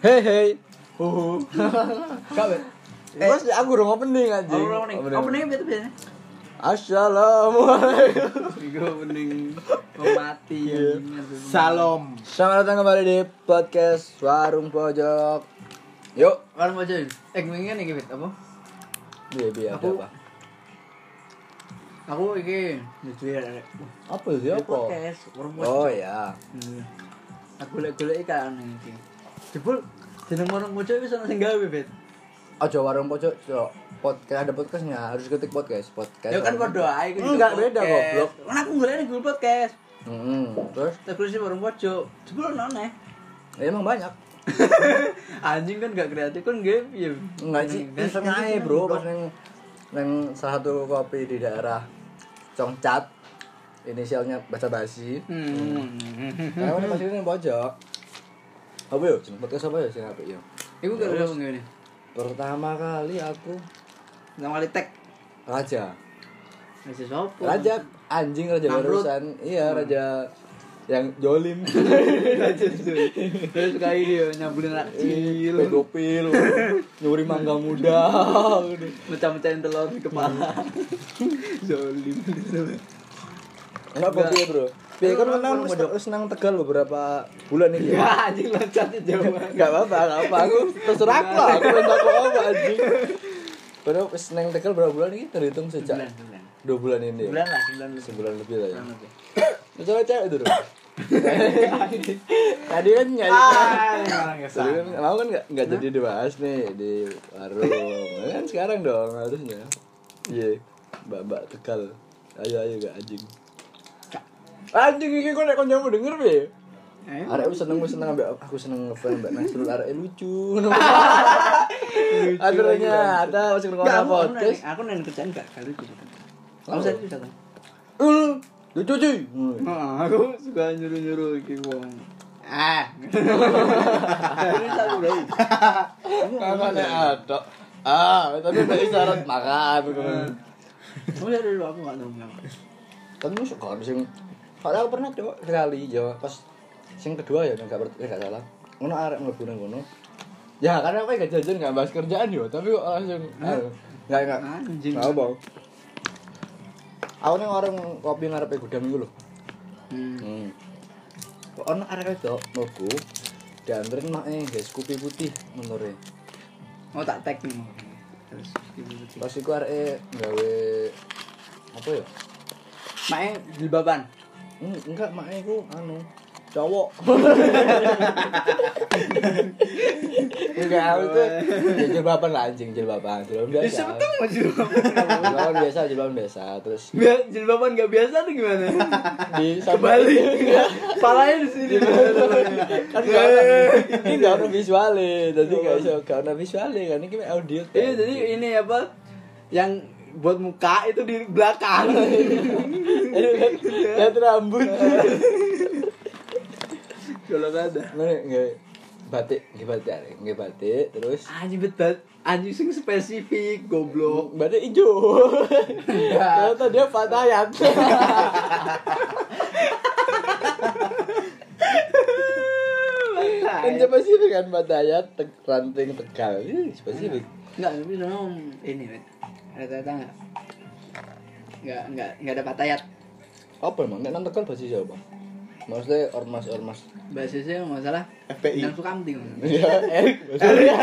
Hei hei. Huhu. Kabeh. Eh, Mas Eh, aku udah opening aja. Opening. Opening itu biasanya. Assalamualaikum. Gue opening pemati Salom. Selamat datang kembali di podcast Warung Pojok. Yuk, Orang mau jadi. Eh, mendingan nih Fit, apa? biar biar ada Aku- apa? Aku iki jujur arek. Apa sih apa? Podcast, orang Oh mau. ya. Hmm. Aku golek-golek ikan iki. Jebul jeneng orang mau wis ana sing gawe, Fit. Ojo Warung Pojok, Cok. Podcast ada podcastnya harus ketik podcast podcast. Ya kan podo ae iki. Enggak, Hmm, beda kok, blok. Kan aku golek nih Google Podcast. Hmm, terus Terus sih warung pojok. Jebul ono neh. ya, emang banyak. Anjing kan gak kreatif kan game ya. Enggak sih, iseng aja kan, bro pas neng neng salah satu kopi di daerah Congcat inisialnya baca basi. Hmm. Karena mana masih neng pojok. Apa yuk? Jeneng podcast apa ya sih apa yuk? Iku gak ada ngene. Pertama kali aku Nang kali tag. raja. Masih sopo? Raja anjing raja Namrud. Hmm. barusan. Iya, raja yang jolim. Raja itu. Terus suka ini ya nyambulin Iya. anak kecil. pedofil, nyuri mangga muda. Mecah-mecahin telur di kepala. Zolim. Enggak kopi ya, Bro. Piye kan menang wis wis nang Tegal beberapa bulan ini. ya. Wah, anjing loncatnya jauh banget. Gak apa-apa, gak apa. Aku terserah aku lah, aku minta aku apa anjing. Baru wis nang Tegal berapa bulan ini terhitung sejak Bulan, bulan. dua bulan ini. Bulan ya? lah, bulan lah. Sebulan lebih lah ya. Bulan lebih. Coba cewek itu dong. Tadi kan nyari. Ah. Tadi kan mau kan nggak nggak jadi dibahas nih di warung. Nah, kan sekarang dong harusnya. Iya, mbak mbak tegal. Ayo ayo gak anjing. Anjing ini kok nek konjamu denger be. Eh, Arek aku seneng aku seneng ambek aku seneng ngefans mbak Nasrul arek lucu. Akhirnya ada masih Enggak, ngomong aku aku podcast. nanya- aku nanya kerjaan gak kali gitu. Kamu saya bisa kan? Eh, Lucu cuy. aku suka nyuruh-nyuruh iki wong. Ah. Ini satu bro. Makan ada. Ah, tapi tadi syarat makan. Kamu dari dulu aku gak ngomong. Kan lu suka ada sing Soalnya aku pernah cok sekali ya pas sing kedua ya enggak berarti enggak salah. Ngono arek mlebu nang kono. Ya karena aku gak jajan gak bahas kerjaan yo, tapi kok langsung enggak enggak. Anjing. Enggak apa. Aku nih orang kopi ngarepe gudang iku lho. Hmm. Hmm. Kok ono arek wedok mlebu dianterin make guys kopi putih e. menurutnya Oh tak tag nih. Terus gitu. Pas iku arek gawe apa ya? Mae jilbaban. Hmm, enggak maknya itu anu cowok enggak aku tuh ya jilbaban lah anjing jilbaban jilbaban Ya biasa sebetulnya mah jilbaban. jilbaban biasa jilbaban biasa terus Biar jilbaban gak biasa tuh gimana? di Kembali. Palanya di sini. kan Iya. gak ada ini gak ada visualnya jadi gak bisa gak ada visualnya kan ini kayak audio Iya jadi ini apa yang buat muka itu di belakang. Aduh, lihat lihat rambut Kalau nggak ada. mana nggak batik nggak batik nggak batik terus Anjing betat. Anjing sing spesifik goblok. batik hijau ternyata dia fatayat Kan Enggak spesifik kan Bataya, Teg- ranting Tegal. Ini spesifik. tapi soalnya ini Wit. ada ternyata nggak nggak nggak nggak ada patayat. Apa emang? Nek nang Tegal bahasa Jawa, Bang. Maksudnya ormas-ormas. Basisnya masalah FPI. Nang Sukamti. Mas. Iya, Erik. Maksudnya.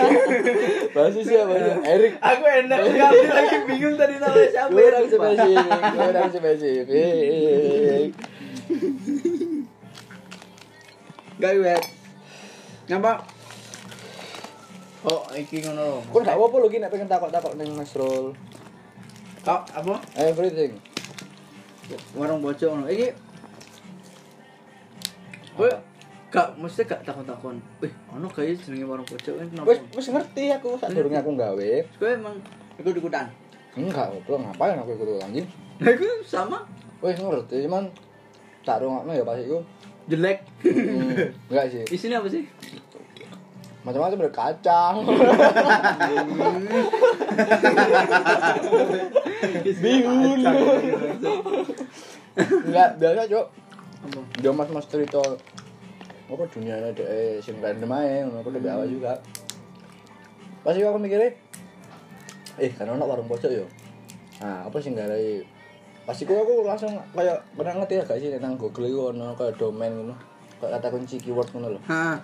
Bahasa siapa? ya? Erik. Aku enak sekali lagi bingung tadi namanya siapa ya Kurang spesifik, kurang spesifik. Gak wet. Nyapa? Oh, iki ngono. Kok gak apa-apa lu ki nek pengen takok-takok ning Mas Rul. Kok apa? Everything. Warung bocor ngono. Iki Wih, gak mesti gak takon-takon. Wih, ono gak ya jenenge warung bocor ini kenapa? Wis wis ngerti aku sak durunge aku gawe. Gue emang ikut-ikutan. Enggak, goblok ngapain aku ikut anjing. Nah, itu sama Wis ngerti cuman tak rungokno ya pas iku. jelek. Hmm, Enggak sih. Isinya apa sih? Macam-macam ada kacang, bihun. Enggak biasa, Cok. Apa? Dia mas-mas cerita apa dunia ada eh sing random aja ngono aku udah gawe juga pas itu aku mikirnya eh karena anak warung pojok yo nah apa sih nggak pas itu aku langsung kayak pernah ngerti ya gak sih tentang Google itu ono kayak domain gitu kayak kata kunci keyword ngono loh Hah.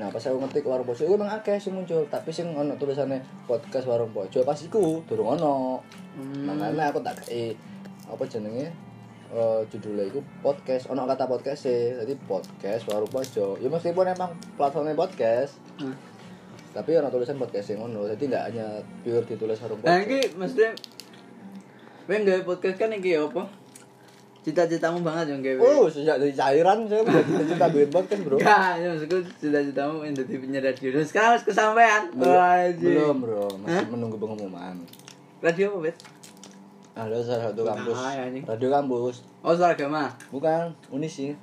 Nah, pas aku ngetik warung pojok iku nang akeh sing muncul, tapi sing ono tulisannya podcast warung pojok pas iku durung ono. Hmm. Makanya aku tak kei apa jenenge eh judulnya iku podcast, ono kata podcast sih. Jadi podcast warung pojok. Ya meskipun emang platformnya podcast, Hmm. tapi ono tulisan podcast yang ngono. Jadi nggak hanya pure ditulis warung Nah, pojok. ini maksudnya Kowe nggawe podcast kan iki ya apa? Cita-citamu banget yang gawe. Oh, sejak dari cairan saya udah cita-cita bikin podcast, kan, Bro. Enggak, ya maksudku cita-citamu yang jadi penyiar radio. Sekarang harus kesampaian. Wah, Belum, anjing. belum, Bro. Masih Hah? menunggu pengumuman. Radio apa, Bet? Ada salah satu kampus. Nah, ya, anjing. Radio kampus. Oh, suara agama. Bukan, unis sih.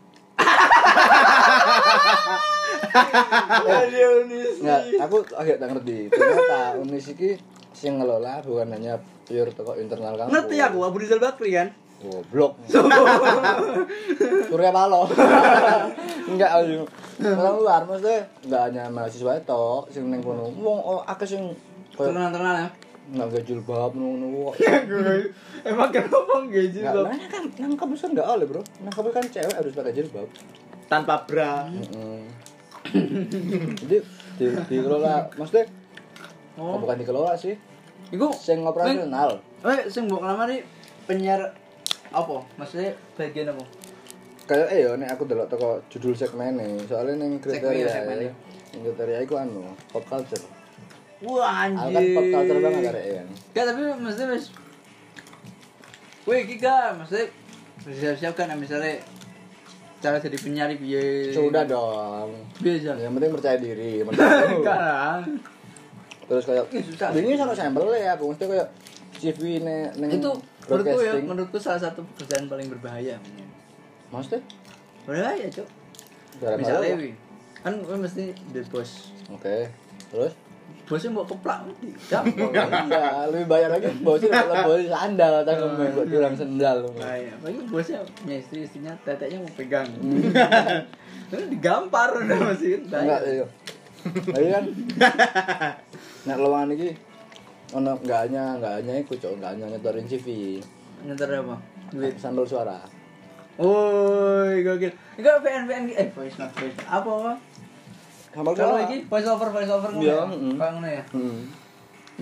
Radio Unis. Enggak, aku agak tak ngerti. Ternyata Unis iki sing ngelola bukan hanya pure toko internal kampus. Ngerti aku Abu Rizal Bakri kan? Goblok. Surya Paloh. Enggak ayo. Orang luar maksudnya enggak hanya mahasiswa itu sing ning kono. Wong oh, akeh sing koyo Terkenal-terkenal ya. enggak gawe jilbab ngono-ngono. Emang kenapa nggak Enggak, nah, kan nang kampus kan enggak oleh, Bro. Nang kampus kan cewek harus pakai jilbab. Tanpa bra. Mm-mm. Jadi di, dikelola maksudnya oh. Oh, bukan dikelola sih, iku sing operasional. Eh, sing mbok ngelamar iki penyiar apa? Maksudnya bagian apa? kayak eh yo nek aku delok teko judul segmene soalnya ning kriteria Segmen, segmen. ya. ning kriteria iku anu pop culture Wah, aku anjir. kan pop culture banget arek ya Gak, tapi maksudnya wis Kowe iki gak maksudnya siap-siap kan misalnya cara jadi penyiar iki piye. sudah Ya. dong Biasa. yang penting percaya diri percaya diri. Enggak lah. Hmm. terus kayak Ih, susah. ini salah sampel ya aku mesti kayak CV ne ning Itu menurutku ya, broadcasting menurutku salah satu pekerjaan paling berbahaya. maksudnya Berbahaya, Cok. Suara misalnya malu. wi kan gue mesti di bos oke terus bosnya mau keplak mesti gampang ya lebih bayar lagi bosnya kalau bos sandal tak ngomong buat curang sandal nah ya bagi bosnya punya istri istrinya teteknya mau pegang terus digampar udah masih Hmm. enggak iya tapi kan nek lowongan iki ono enggak hanya enggak hanya iku cok enggak hanya nyetorin CV ngeter apa duit sambal suara woi gokil enggak PN PN eh voice not voice apa apa sambal kalau lagi voice over voice over ngono Iya, ya mm. Kayak ngono ya hmm.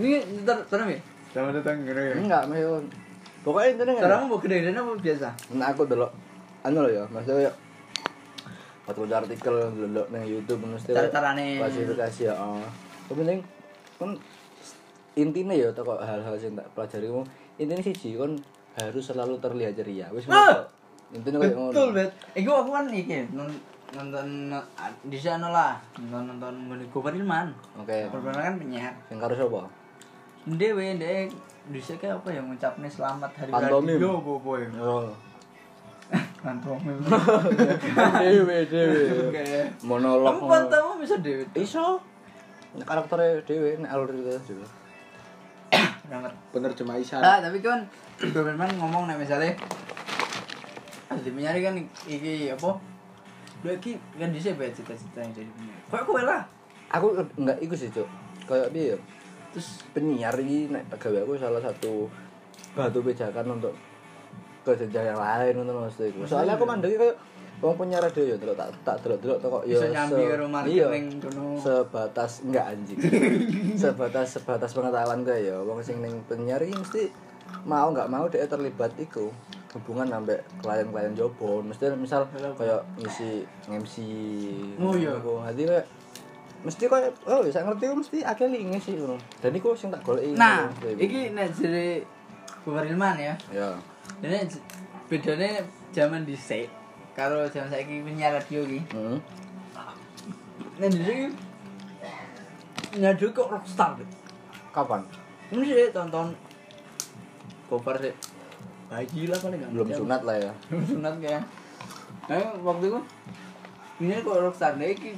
ini ngeter terus ya selamat datang ngono ya enggak maksudnya pokoknya intinya kan sekarang mau gede apa biasa nah aku delok anu lho ya maksudnya ya waktu ada artikel delok nang YouTube mesti Cara-carane. klasifikasi ya oh. Yang penting kan intinya ya toko hal-hal yang tak pelajari kamu intinya siji kon harus selalu terlihat ceria wis Ah! ngono. intinya kayak ngono Betul, Bet. Iku aku kan iki non- nonton ah, di sana lah, nonton nonton Meniko Perilman. Oke. Perilman kan penyiar. Sing karo sapa? Dewe, dek di sini kayak apa ya ngucapnya selamat hari Pantomim. radio apa apa ya? Oh. Pantomim. Dewe dewe. Oke. Monolog. Kamu pantamu bisa dewe. Iso. Nek karaktere dhewe nek alur itu dhewe. Selamat. Penerjemah isyarat. Nah, tapi kan Perilman ngomong nih misalnya Asli penyiar kan iki apa? Lu iki kan di sini cita-cita yang jadi penyiar. Kok kowe lah. Aku enggak iku sih, Cuk. Kayak piye ya? Terus Penyiar iki nek pegawai aku salah satu batu pijakan untuk ke jenjang yang lain ngono Mas iku. Soalnya aku mandeki kayak wong penyiar radio ya delok tak tak delok-delok tok kok ya. bisa nyambi se- karo iya, marketing kono. sebatas enggak anjing sebatas sebatas pengetahuan gue ya wong sing ning penyiar iki mesti mau nggak mau dia terlibat iku hubungan sampai klien-klien jobo mesti misal kayak ngisi MC Oh, iya. ngono. Jadi kayak mesti kayak oh bisa ngerti ku mesti akeh li ngisi ngono dan iku sing tak goleki Nah, Ngono. iki nek jere Ilman ya. ya Dene j- bedane zaman dhisik karo zaman saiki penyiar radio iki. hmm. Nek dhisik iki penyiar radio kok rockstar. Dek. kapan Ini sih tonton cover sih. Bayi lah paling gak belum ngerti aku. sunat lah ya Belum sunat kayak. Nah, waktu itu penyiar kok rockstar Dek, iki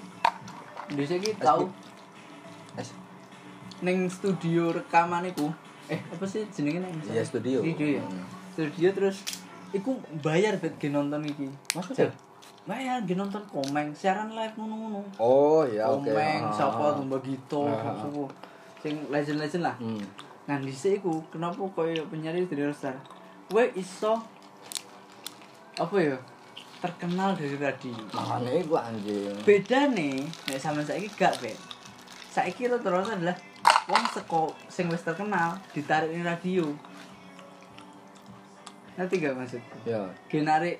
dhisik iki tau es ning studio rekaman iku. Eh, apa sih jenenge nek misalnya? Iya, studio. Studio ya. Hmm. Studio terus iku bayar bet ge nonton iki. maksudnya Nggak ya, dia nonton komeng, siaran live ngono-ngono. oh ya oke Komeng, Ah. sapa tumbang gitu, Ah. sapa. Sing legend-legend lah. hmm. Nah, dhisik iku kenapa koyo penyiar jadi star? Kowe iso apa ya? Terkenal dari radio. makanya itu anjing beda nih nek sama saiki gak ben saiki rata-rata adalah wong seko sing wis terkenal ditarik ning radio nanti gak maksud ya gue narik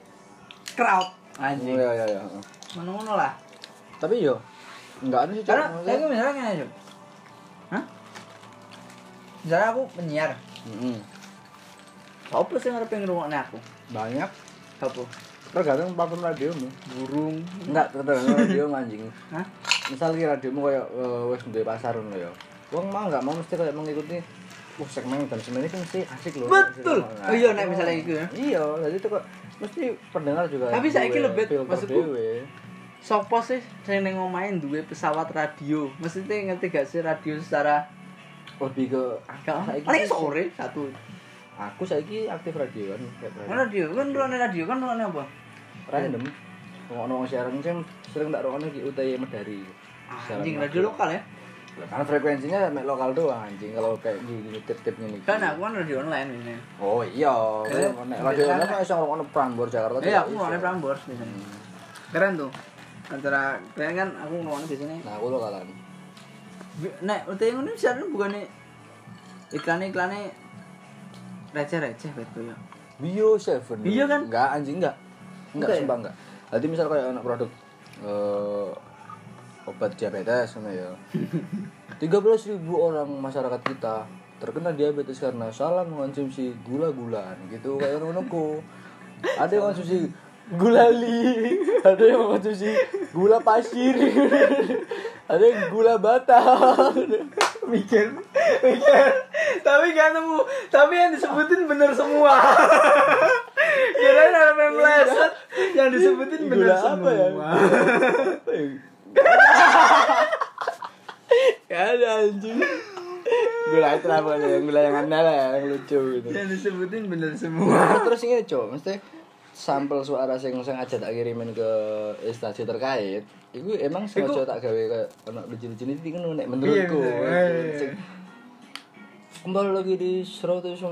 crowd oh, anjing ya ya ya ngono-ngono lah tapi yo nggak ada sih Cok. karena saya gue misalnya gini aja hah misalnya aku penyiar Mm-mm. apa sih ngarep pengen ngrungokne aku banyak apa tergantung platform radio mu burung enggak tergantung radio anjing hah misal ki radiomu koyo eh, wis duwe pasar ngono ya wong mau nggak mau mesti kayak mengikuti uh segmen dan segmen itu mesti asik loh Betul. Nah, Oh iya, nek misalnya gitu ya. iya jadi itu kok mesti pendengar juga Tapi saiki duwe lebet, filter maksudku. dhewe. Sopo sih sing ning omahe duwe pesawat radio? Maksudnya ngerti gak sih radio secara lebih ke Gak, saiki- paling sore satu. aku saiki aktif radio kan tiap hari. Mana radio? Kan ruangnya radio kan ruangnya apa? random ngono wong siaran sing sering tak rokone ki UTY Medari Ah, Anjing radio lokal ya? karena frekuensinya mek lokal doang anjing kalau kayak gini tip-tipnya nih Kan aku kan radio online ini. Oh iya, Eh, nek radio beneran. ono mah iso ngrungokno Prambor Jakarta. Iya juga Eh, aku iso. ruangnya Prambors biasanya. Keren tuh. Antara keren kan aku ruangnya biasanya. Nah, aku lo kalan. Bi- Nek UTI ini siaran bukannya iklannya iklannya receh-receh betul ya. Bio Seven. Iya kan? Enggak anjing enggak. Enggak Enggak ya? sumpah enggak. Jadi misal kayak anak produk eh obat diabetes sama ya. 13.000 orang masyarakat kita terkena diabetes karena salah mengonsumsi gula-gulaan gitu kayak menunggu. Ada yang konsumsi gulali, ada yang mengonsumsi gula pasir, ada yang gula batang. Mikir, mikir. Tapi gak nemu. Tapi yang disebutin bener semua. Kirain ada yang meleset. Yang disebutin bener Gula apa semua. ya? Apa ya? Gak ada anjing. Gula itu apa ya? Yang Gula yang aneh lah, yang lucu gitu. Yang disebutin bener semua. Terus ini cok, mesti sampel suara sing sengaja tak kirimin ke instansi terkait. Iku emang sengaja tak gawe kayak anak lucu-lucu ini kan nek menurutku. Iya, bener. Iya, iya. Sing- Kembali lagi di 105,5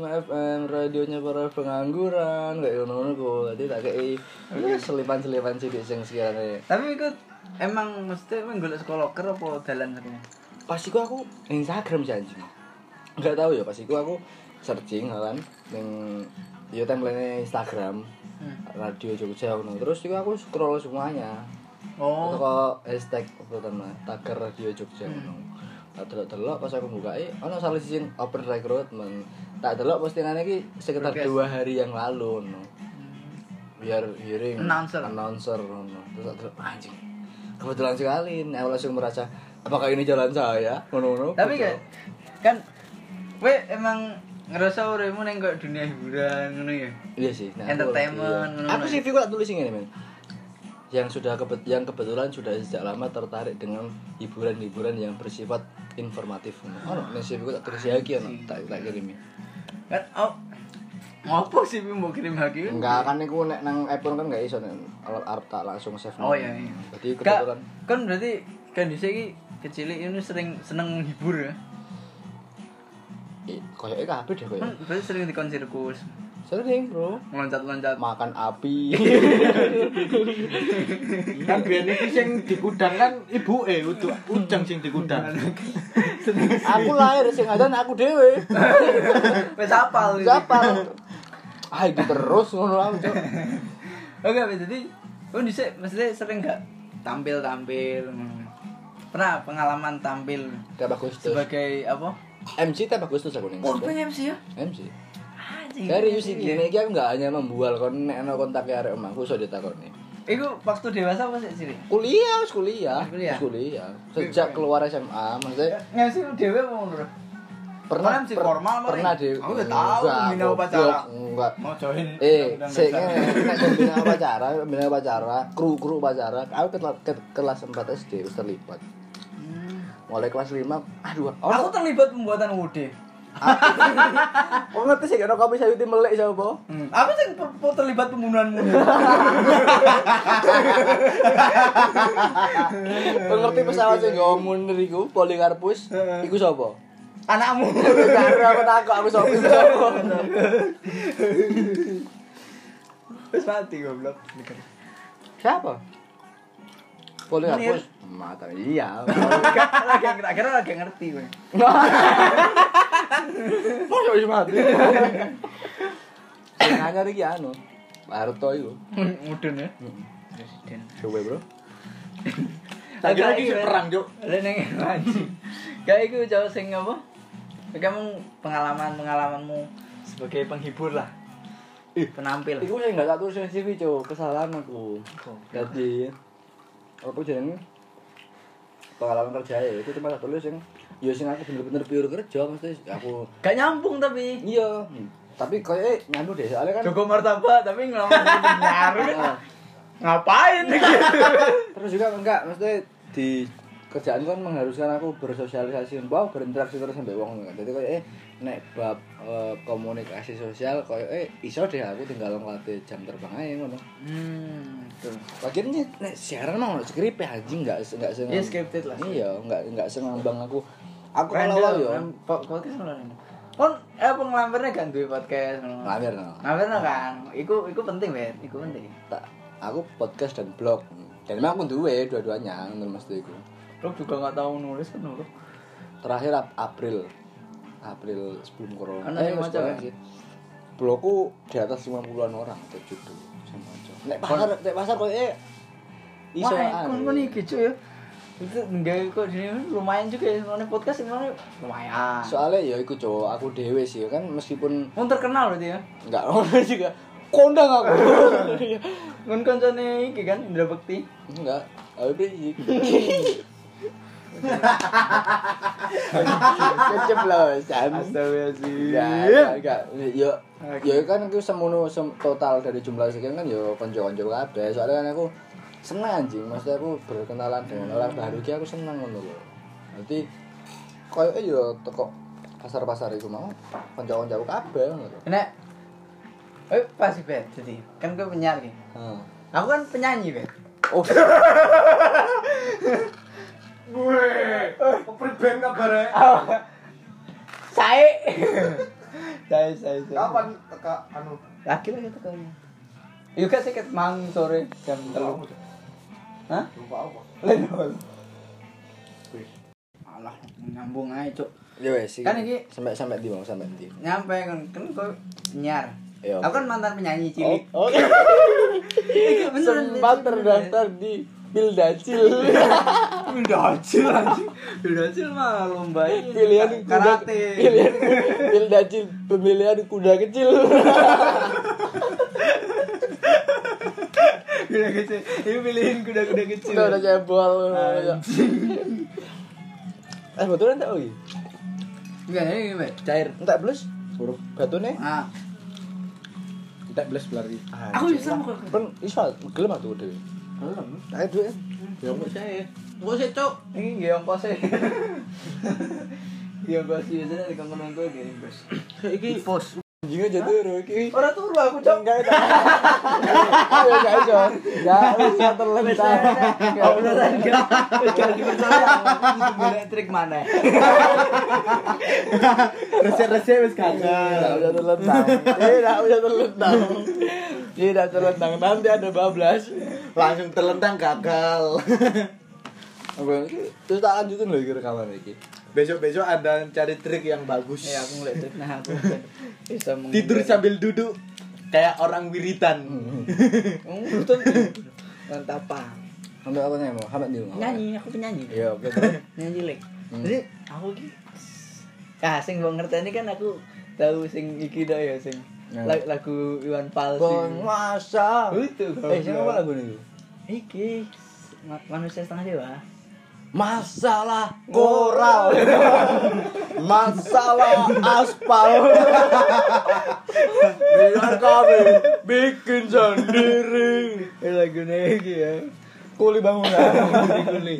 FM Radionya para pengangguran Kayak ngono-ngono kok Jadi tak kei Iya. ya, Selipan-selipan sih Yang sekiranya Tapi ikut emang mesti emang golek sekolah ker apa dalan katanya? pas iku aku Instagram sih anjing nggak tahu ya pas iku aku searching kan yang ya timeline Instagram Hmm. radio Jogja ngono terus iku aku scroll semuanya itu Oh, kok hashtag pertama tagar radio Jogja ngono Hmm. tak delok delok pas aku buka eh ono salah sisi open recruitment tak delok postingannya ki sekitar Broadcast. dua hari yang lalu ngono biar hearing Announcer. announcer ngono terus tak delok anjing kebetulan sekali nih, aku langsung merasa apakah ini jalan saya ngono-ngono tapi Betul. kayak kan we emang ngerasa uremu neng kayak dunia hiburan ngono ya. Iya sih. aku- Entertainment, iya. ngono-ngono Aku ya. sih aku tak tulis ini men. Yang sudah kebet yang kebetulan sudah sejak lama tertarik dengan hiburan-hiburan yang bersifat informatif. Oh, no, nih sih aku tak tulis ya iki ono, tak tak kirim. Kan oh, ngopo sih Bim, mau kirim lagi? Enggak kan aku nek nang iPhone kan enggak iso nek alat arep tak langsung save. Oh iya iya. Jadi Kak, kebetulan kan berarti kan di sini kecil ini sering seneng menghibur ya. eh, koyoke kabeh deh koyo. Kan berarti sering dikon sirkus, Sering, Bro. meloncat-loncat. Makan api. kan biar ini yang dikudang kan ibu eh udah udang sing dikudang aku lahir sing adan aku dhewe. Wes apal gitu. Siapa? Ah, iki terus ngono aku, Cok. Oke, okay, jadi lu dhisik maksudnya sering gak tampil-tampil. ngono? Pernah pengalaman tampil Tiap Agustus. sebagai apa? MC tiap Agustus aku ning. Solo. MC ya? MC. Anjing. Serius iki gini iki aku enggak hanya membual kon nek ana kontaknya arek omahku iso ditakoni. Iku waktu dewasa apa sih sini? Kuliah, wis kuliah, Ah, Kuliah? Iya. wis kuliah. Sejak keluar SMA, maksudnya MC dewe apa ngono? pernah Orang MC formal paling. pernah di Aku udah tahu Enggak, bina goblok, upacara. Enggak. Mau join. Eh, sehingga nek kon bina upacara, bina upacara, kru-kru upacara, aku ke- ke- kelas 4 Hmm. SD wis terlibat. Mulai kelas 5, aduh, Aku ono terlibat pembuatan WD. Kok ngerti sih karena kamu sayuti melek siapa? Hmm. Aku sing per- per- terlibat pembunuhanmu. Eh, Kok ngerti pesawat iya, sing gak mundur iku polikarpus iku siapa? Anakmu. Karena aku takut aku sopo iku siapa? Wis mati goblok. Siapa? Polikarpus. Munir. Mata iya. Lagi akhirnya lagi ngerti kowe. Masa wis mati. Sing anyar iki anu. Barto iku. Mudun ya. Presiden. Coba bro. Tak kira iki perang, Cuk. Lah nang ngaji. Kayak iku jauh sing apa? Kamu pengalaman-pengalamanmu sebagai penghibur lah. Penampil. Iku sing gak tak tulis CV cuk, kesalahan aku. Jadi aku jenenge pengalaman kerja ya, itu cuma tak tulis yang ya sing aku bener-bener pure kerja mesti aku Gak nyampung tapi. iya tapi kayaknya nyambung deh soalnya kan Joko martabak tapi ngelamar nyaru. Nah, Ngapain terus juga enggak mesti di kerjaan kan mengharuskan aku bersosialisasi wow berinteraksi terus sampai wong kan. jadi kayak eh nek bab eh, komunikasi sosial kayak eh iso deh aku tinggal ngelatih jam terbang aja ngono Hmm, betul. Lagian ini nek siaran mah ngono skrip ya anjing enggak enggak senang. Iya, scripted lah. Iya, enggak enggak sengambang aku. Aku Rendel, kalau awal yo kan, po- podcast ngono ini. Kon eh penglampirnya kan duwe podcast ngono. ngamer no. Nglampirnya kan. Iku iku penting, Bet. Iku penting. Tak aku podcast dan blog. Dan memang aku duwe dua-duanya ngono mesti iku. Lu juga gak tau nulis kan lu. Terakhir Ap- April. April sebelum corona. Eh, Ana yang wis maca corona kan? sih. Blogku di atas 50-an orang terjudul sama maca. Nek pasar nek pasar koyo eh iso Wah, kon kon anu. iki cuy ya. Itu enggak kok di lumayan juga ya ngono podcast ngono lumayan. Soalnya ya iku cowok aku dhewe sih kan meskipun Mun terkenal berarti ya. enggak ngono juga. Kondang aku. Mun koncone iki kan Indra Bekti. Enggak, Habib Rizik. Keceplosan. Enggak, enggak, Astagfirullahaladzim. enggak. Yo, yo kan itu semono sem- total dari jumlah sekian kan yo konco-konco kabeh. Soalnya kan aku seneng anjing, maksudnya aku berkenalan dengan Hmm. orang baru ki aku seneng ngono lho. Nanti koyo yo teko pasar-pasar iku mau konco-konco aku kabeh ngono lho. Nek Eh, pasti bet, jadi kan gue penyiar nih. Heeh. Aku kan penyanyi bet. Oh, Gue, kepriben kabarnya. ya? Oh. Sae. Sae, sae, sae. Kapan teka anu? Laki lagi tekannya. Yuk kan seket mang sore jam telu. Hah? Lupa apa? Lenol. Alah, nyambung aja, Cuk. yo wes. Kan iki- sampai sampai di mau sampai di. Nyampe kan kan kok penyiar. Iya. Aku kan mantan penyanyi cilik. Oh, Oke. Sempat terdaftar di Pildacil. Oh. Bildacil anjing. Bildacil mah lomba ini. Pilihan kuda karate. Pilihan Pildacil pemilihan kuda kecil. Kuda kecil. Ini pilihin kuda-kuda kecil. Udah udah cebol. Anjing. Eh betulan tak oke. Enggak, ini gimana? Cair. Entak blus. Buruk. Batune Ah, entak blus berarti. aku bisa mau kok. Ah, Pun iso gelem atuh dhewe. Belum. Tak duwe. Ya kok saya. Kok saya, Cuk. Ini nggih ongkos e. Ya bos, biasanya di kangen gue gini bos. Iki pos. Jinga jatuh ro iki. Orang turu aku cok. Enggak tak. Ya enggak iso. Ya wis terlentar. Oh beneran gak? Gak dipercaya. Itu bener trik mana? Resep-resep wis kagak. Tidak bisa terlentang. Tidak bisa terlentang. Tidak terlentang. Iya, Nanti ada bablas. Langsung terlentang gagal. Apa? Terus tak lanjutin lagi rekaman ini. Besok-besok ada cari trik yang bagus. Iya, Ya aku ngeliat trik nah aku bisa meng- Tidur sambil duduk kayak orang wiritan. Hmm, betul. Mantap apa? Sampai apa nih mau? Hambat dulu. Nyanyi, aku penyanyi. Iya, oke. terus. Nyanyi lek. Hmm. Jadi aku ki Nah, sing wong ngerteni kan aku tahu sing iki dah ya sing Ya. la- lagu Iwan Fals. iki. Penguasa. Itu. Eh, siapa apa lagu ini? Iki ma- manusia setengah dewa. Masalah koral. Masalah aspal. Biar kami bikin sendiri. Eh lagune iki ya. Kuli bangunan.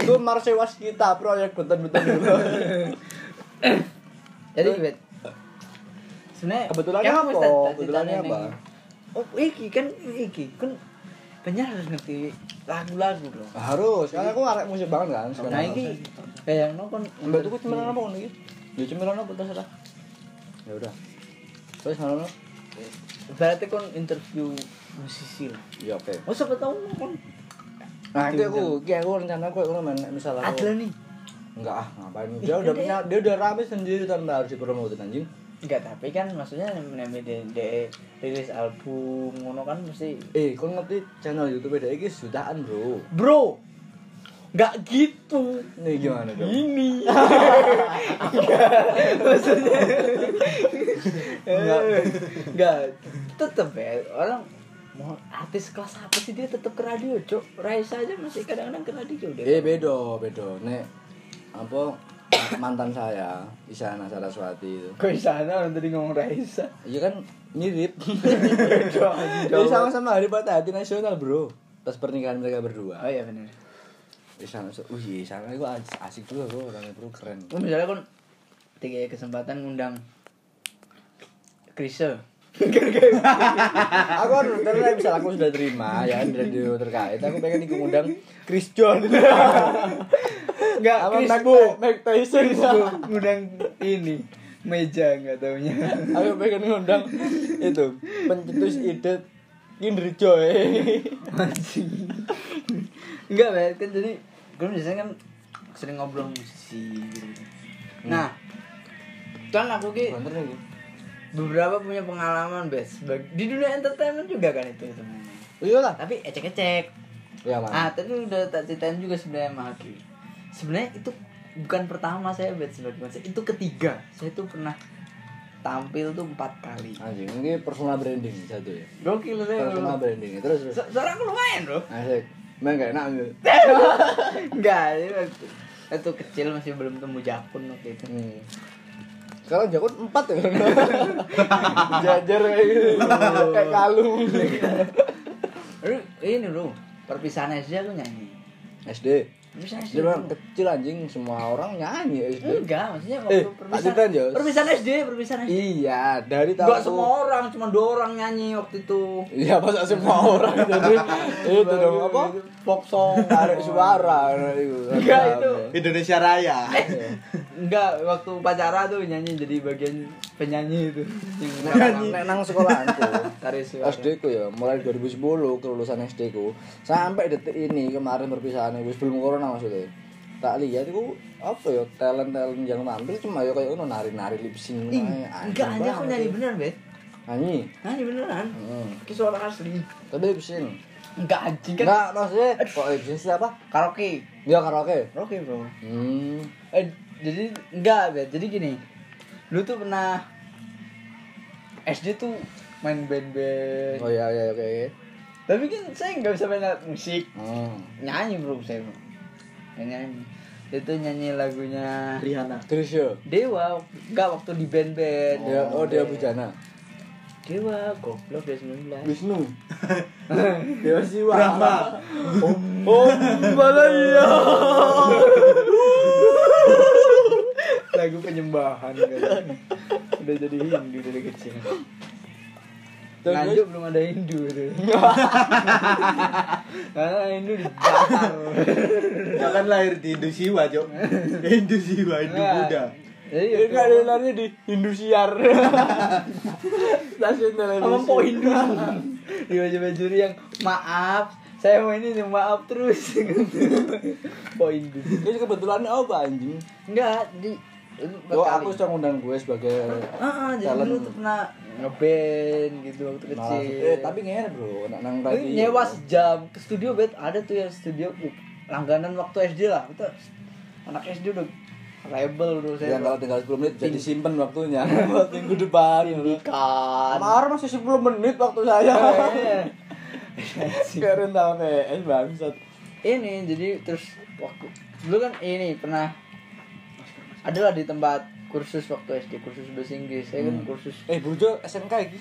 Itu marsewas kita proyek beten-beten dulu. Jadi bet. Sebenarnya Kebetulannya emang apa? Ustaz, tak Kebetulannya ditanya apa? nih. Oh, iki kan iki kan banyak harus ngerti lagu-lagu dong. Harus, karena aku arek musik banget kan. sekarang. Nah, iki kayak no kan Mbak tuh cemilan apa ngono iki? Ya cemilan apa terserah. Ya udah. Terus ngono. Berarti kan interview musisi. lah. Ya oke. Oh, siapa tahu kan Nah, itu aku, iki aku rencana aku ngono men misalnya aku. ada nih. Enggak ah, ngapain. Dia udah punya, dia udah rame sendiri tanpa harus dipromotin anjing. Enggak, tapi kan maksudnya namanya de, de- rilis album ngono kan mesti Eh, kau ngerti channel YouTube dia iki jutaan, Bro. Bro. Enggak gitu. Nih gimana dong? Ini. maksudnya enggak enggak tetep ya orang mau artis kelas apa sih dia tetep ke radio, Cok. Raisa aja masih kadang-kadang ke radio dia. Eh bedo, bedo. Nek apa mantan saya Isyana Saraswati itu. Kok sana orang tadi ngomong Raisa. Iya kan mirip. jauh. Ini sama-sama hari patah hati nasional bro. Pas pernikahan mereka Oh berdua. iya benar. Isyana, uh iya Isyana itu as- asik juga bro, orangnya bro keren. Lu misalnya kan tiga kesempatan ngundang Krisel. aku harus karena misal aku sudah terima ya kan di radio terkait, aku pengen ikut undang Chris John. Enggak, Sama Chris Mike- Bu. Mike Tyson. Chris Bu ngundang ini meja enggak taunya. Aku pengen ngundang itu pencetus ide Kinder Joy. Anjing. Enggak, Bet. Kan jadi gue biasanya kan sering ngobrol musisi gitu. Nah, kan aku ki Bener nih. beberapa punya pengalaman, Bet. Sebag- Di dunia entertainment juga kan itu sebenarnya. Oh, Iya lah. Tapi ecek-ecek. Iya mas. Ah, tadi udah tak ceritain juga sebenarnya sama Aki. Sebenarnya itu bukan pertama saya bet sebagai konser, itu ketiga. Saya tuh pernah tampil tuh empat kali. Anjing, ini personal branding satu ya. Gokil saya. Personal bro. branding. Terus terus. Su- Suara aku lumayan, Bro. Asik. Emang gak enak gitu. Enggak, ini waktu, waktu kecil masih belum temu jakun waktu itu. Hmm. Sekarang jakun empat ya. Jajar kayak gitu. kayak kalung. Lalu ini, Bro. Perpisahan SD aku nyanyi. SD. Perpisahan Dia SD. bilang Bro. kecil anjing semua orang nyanyi SD. Enggak, maksudnya Eh, waktu tak perpisahan. ceritain, Jo. Perpisahan SD, perpisahan SD. Iya, dari tahu. Enggak semua orang, cuma dua orang nyanyi waktu itu. Iya, masa semua orang jadi itu dong apa? Pop song. Tarik suara itu. Enggak, itu. Indonesia Raya. Eh. Enggak, waktu pacara tuh nyanyi jadi bagian penyanyi itu. Nek nang- nek nang sekolahanku. Tarik suara. SD ku ya, mulai 2010 kelulusan SD ku sampai detik ini kemarin perpisahan wis belum corona maksudnya. Tak lihat ku apa ya talent-talent yang tampil cuma ya kayak ngono nari-nari lip sync Ih, wae, anjing Enggak, anjir aku banget. nyanyi beneran, Bet. Nyanyi. Nyanyi beneran. Heeh. Ke suara asli. Tapi lip sync. Enggak anjing kan. Enggak, maksudnya kok lip sync sih apa? Karaoke. Ya karaoke. Karaoke, Bro. Hmm. Eh, jadi enggak, Bet. Jadi gini. Lu tuh pernah SD tuh main band-band. Oh iya iya oke. oke. Tapi kan saya nggak bisa main alat musik. Hmm. Nyanyi, Bro, saya. Bro. Nyanyi. Itu nyanyi lagunya Rihanna. Terus ya. Dewa, enggak waktu di band-band. Dia, oh dia bujana. Dewa, goblok dia 19. Wisnu. Dewa Siwa. Brahma. Om Om Balaya. Lagu penyembahan kan. Udah jadi Hindu dari kecil. Terus? Lanjut belum ada Hindu tuh. Karena Hindu dibakar. Dia kan lahir di Indusiwa, Cok. Indusiwa, Hindu Iya. Nah, Buddha. Jadi Ini enggak ada lagi. larinya di Hindusiar. Stasiun televisi. Sama po Hindu. Di baju-baju yang maaf, saya mau ini nih, maaf terus. po Hindu. Ini kebetulan apa anjing? Enggak, di Oh, aku sudah ngundang gue sebagai Ah, ah, jadi Talent. dulu tuh pernah ngeband gitu waktu kecil. Nah, eh tapi ngene bro, nak nang Tapi tadi. nyewa sejam ke studio bet ada tuh yang studio uh, langganan waktu SD lah. Itu anak SD udah rebel dulu saya. Yang kalau tinggal 10 menit jadi simpen waktunya buat minggu depan. Iya. Sindikat. Mar masih 10 menit waktu saya. Eh, Keren tau PS bangsat. ini jadi terus waktu dulu kan ini pernah adalah di tempat kursus waktu SD kursus bahasa Inggris saya kan kursus Eh Burjo SMK iki.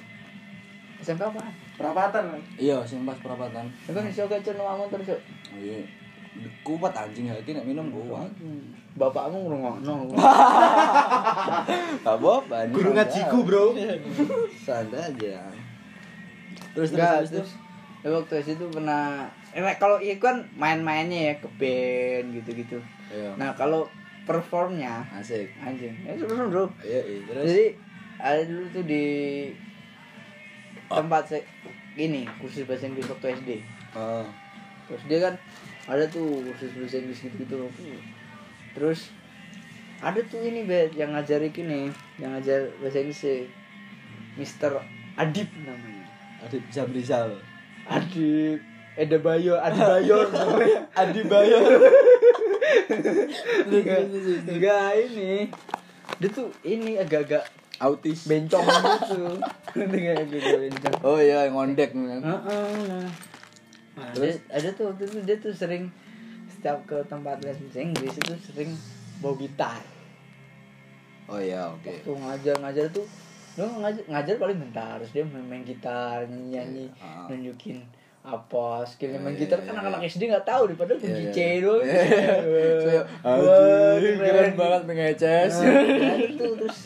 SMP apa? Perapatan. Iya, sing pas perapatan. Saya kan iso gak terus yuk. Oh, Iya. kuat anjing hati nek minum kuat Bapakmu ngrungokno. gak apa-apa anjing Guru ngajiku, bro. santai aja terus terus terus. Ya, waktu itu pernah eh Mek, kalau itu kan main-mainnya ya ke band gitu-gitu. Iya. Nah, kalau performnya asik anjing. Ya seru bro. iya iya, terus Jadi ada dulu tuh di tempat se ini kursus bahasa Inggris waktu SD. oh Terus dia kan ada tuh kursus bahasa Inggris gitu-gitu loh. Terus ada tuh ini bet yang ngajarin gini, yang ngajar bahasa Inggris sih. Mister Adib namanya. Adit Jabrizal Adib Eda eh, Bayo, Adi Bayor, Adi Bayor. Enggak, enggak ini. Dia tuh ini agak-agak autis bencong gitu. Dengan agak bencong. oh iya ngondek kan Heeh. Ada, ada tuh waktu itu dia tuh sering setiap ke tempat les bahasa Inggris itu sering bawa gitar. oh iya oke Waktu ngajar-ngajar tuh lu ngajar, ngajar paling bentar, terus dia main, main gitar, nyanyi-nyanyi, Iya, ah. nunjukin apa skillnya main Iya, gitar iya, kan iya. anak-anak SD nggak tahu deh padahal Iya, iya, yeah, iya. doang Iya, iya. Saya, Wah, anjing, keren banget mengeces. Nah, itu terus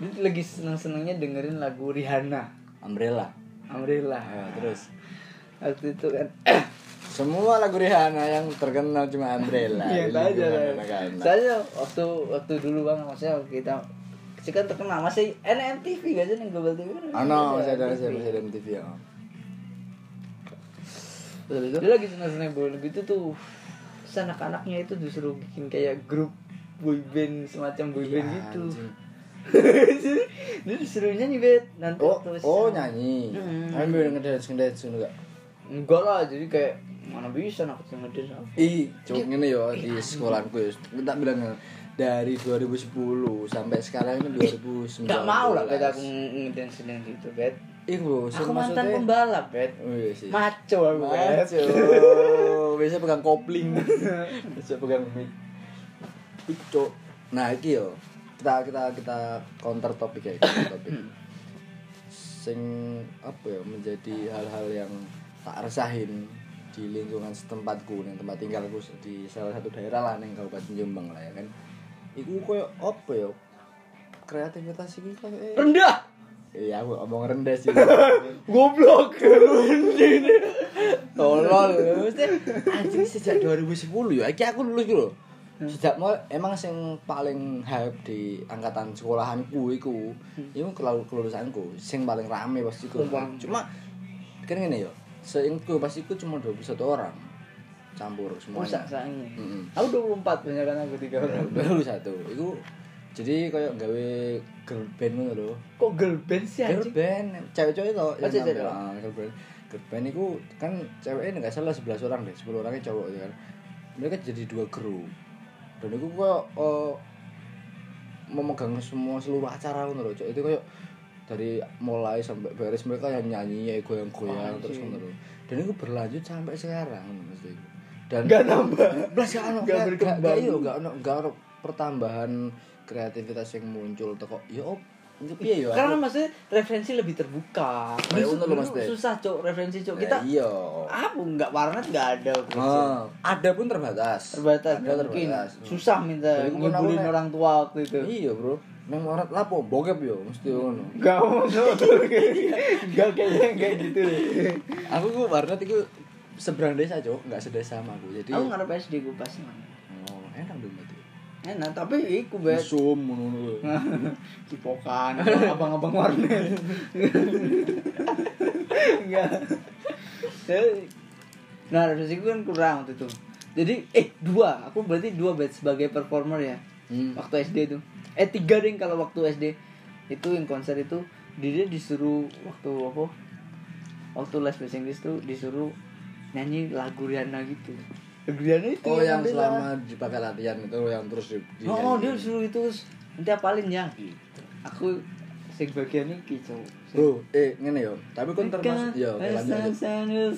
dia tuh lagi seneng-senengnya dengerin lagu Rihanna Umbrella. Amrila Ayo, Iya, terus. waktu itu kan Semua lagu Rihanna yang terkenal cuma Umbrella. Iya Jadi aja Nah, gimana, lah. kan? Soalnya waktu waktu dulu bang maksudnya waktu kita sih kan terkenal masih NMTV gak sih nih Global TV kan? Oh no, masih ada NMTV. masih masih ada MTV ya. Terus itu? Dia lagi seneng-seneng bola gitu tuh. Terus anak-anaknya itu disuruh bikin kayak grup boyband semacam boyband Iya, gitu. anjing. Jadi dia disuruh nyanyi bet nanti Oh, terus. oh nyanyi. Hmm. Kami udah ngedance ngedance enggak? Enggak lah jadi kayak mana bisa anak kecil ngedance apa. Ih, cuk ini yo di sekolahanku ya. Tak bilang dari 2010 sampai sekarang ini 2019. Gak mau lah bet aku ngedance ngedance gitu bet. Iku, sing Aku mantan maksudnya- pembalap bet. Oh iya sih. Maco aku bet. Maco. Biasa pegang kopling. Biasa pegang mic. Mic, Cok. Nah, iki yo. Kita kita kita counter topik ya, counter topik. Sing apa ya menjadi hal-hal yang tak resahin di lingkungan setempatku, ning tempat tinggalku di salah satu daerah lah ning Kabupaten Jombang lah ya kan. Iku koyo apa ya? Kreativitas iki koyo Rendah. Iya, aku omong rendah sih. Goblok. tolol mesti anjing sejak 2010 ya iki aku lulus gitu loh sejak mau emang sing paling hype di angkatan sekolahanku iku iku kelu- kelulusanku sing paling rame pasti iku Sumpah. cuma kan ngene yo seingku pasti iku cuma 21 orang campur Pusak semuanya sayangnya. Mm-mm. Iya. Aku 24 banyak kan aku tiga orang. baru satu iku jadi kayak gawe girl band ngono lho Kok girl band sih girl anjing? Oh, band cewek-cewek itu yang nampil. cewek-cewek. Ah, girl band girl band itu kan ceweknya nggak salah 11 orang deh 10 orangnya cowok ya kan mereka jadi dua grup dan itu kok eh, memegang semua seluruh acara gitu loh Cok. itu kayak dari mulai sampai beres mereka yang nyanyi ya goyang-goyang terus Anjing. gitu loh dan itu berlanjut sampai sekarang gitu, mesti itu. dan Nggak nambah. belas gak ono Nggak gak berkembang. iya, gak ono gak ono pertambahan kreativitas yang muncul teko ya op ini piye yo Karena maksudnya referensi lebih terbuka. Ya, Iya, Dulu- bener loh, dulu Mas Dek. Susah cok referensi cok Gitu. kita. Ah, kita iya Apa nggak warnet nggak ada. referensi. Ah, ada pun terbatas Terbatas ada nggak mungkin. terbatas Susah gitu. minta Dari kumpulan ngibulin awalnya. orang tua waktu itu. iya bro neng morat lapo bokep yo mesti ngono Gak mau Iya. Gak kayaknya kayak gitu deh. aku ku warnet iku seberang desa cok nggak sedesa sama aku jadi Aku ngarep SD gue pas mana. oh, enak dong berarti Enak tapi iku bet. sum ngono Cipokan, abang-abang warnet. Enggak. Jadi, Nah, referensi gue kan kurang waktu itu. Jadi, eh dua, aku berarti dua bet sebagai performer ya. Hmm. Waktu SD itu. Eh tiga deh kalau waktu SD itu yang konser itu dia disuruh waktu apa? Waktu les bahasa Inggris tuh disuruh nyanyi lagu Rihanna gitu. Lagu Rihanna itu oh yang ambil lah. selama dipakai latihan itu yang terus di, di- Oh, dia suruh itu terus, nanti apalin ya Iya. gitu. Aku sing bagian iki cowok. Sing- Ya, bro eh ngene yo tapi kon termasuk yo Iya, oke, lanjut, lanjut.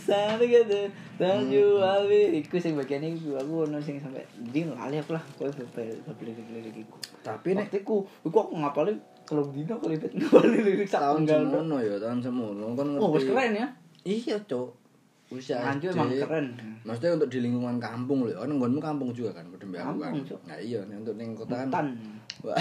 gitu. Hmm. Iku sing bagian iku aku ono sing sampe jadi lali aku lah kowe lirik-lirik iku. tapi nek Waktu iku iku aku ngapalin kalau dino kelibet ngapalin lirik sak tahun tunggal. semono ya tahun semono kon ngerti Oh, wis keren ya. iya cok Usah. Rancu Dek. emang keren. Maksudnya untuk di lingkungan kampung lho. Oh, nggonmu kampung juga kan, Kedembe aku kan. Kampung, Cuk. Nah, iya, nek untuk ning kota Tan. kan. Wah.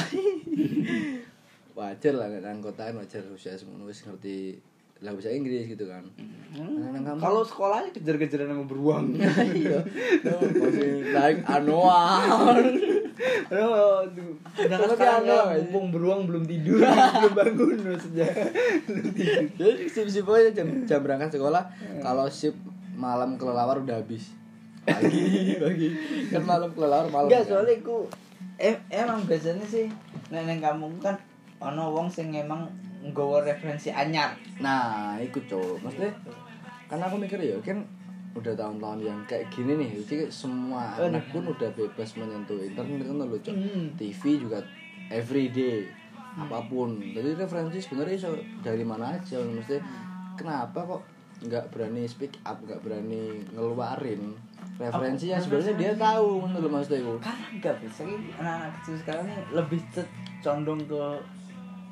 wajar lah nek nang kota kan wajar usia semono wis ngerti lah bahasa Inggris gitu kan. Nah, nang kampung Kalau sekolahnya kejar-kejaran sama beruang. iya. Nah, Masih naik anual. Aduh, aduh. sedangkan Tapi sekarang aneh, ya, aneh. mumpung beruang belum tidur, belum bangun maksudnya. Belum tidur. Jadi sip-sip aja jam, jam berangkat sekolah Iya. kalau sip malam kelelawar udah habis. Pagi, pagi. Kan malam kelelawar malam. Enggak, kan? soalnya ku em emang biasanya sih nek neng kampung kan ono wong sing emang nggawa referensi anyar. Nah, ikut cowok. Maksudnya karena aku mikir ya kan udah tahun-tahun yang kayak gini nih jadi kayak semua Oh, anak pun udah bebas menyentuh internet kan loh Cok. Hmm. TV juga everyday apapun jadi referensi sebenarnya iso dari mana aja mesti kenapa kok nggak berani speak up nggak berani ngeluarin referensi yang sebenarnya dia tahu kan, menurut mas Teo Karena Kan enggak bisa anak-anak kecil sekarang ini lebih ce- condong ke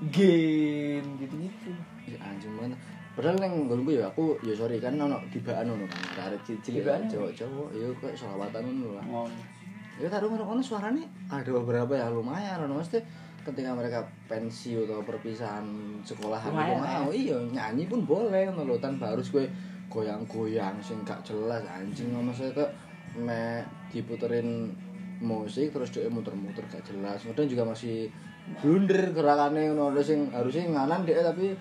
game gitu-gitu. Ya, anjing banget Ah, padahal neng gue ya aku ya sorry kan ono tibaan ono kan tarik cilik Tibaan. cowok cowok ya kayak sholawatan ono lah Ngono. ya taruh ngono ono suaranya ada beberapa ya lumayan ono mesti ketika mereka pensi atau perpisahan sekolah aku Lumayan, mau iya nyanyi pun boleh ngono lho tanpa harus gue goyang-goyang sing gak jelas anjing ngono saya kok me diputerin musik terus dia muter-muter gak jelas kemudian juga masih blunder gerakannya ngono lho sing harusnya nganan dia tapi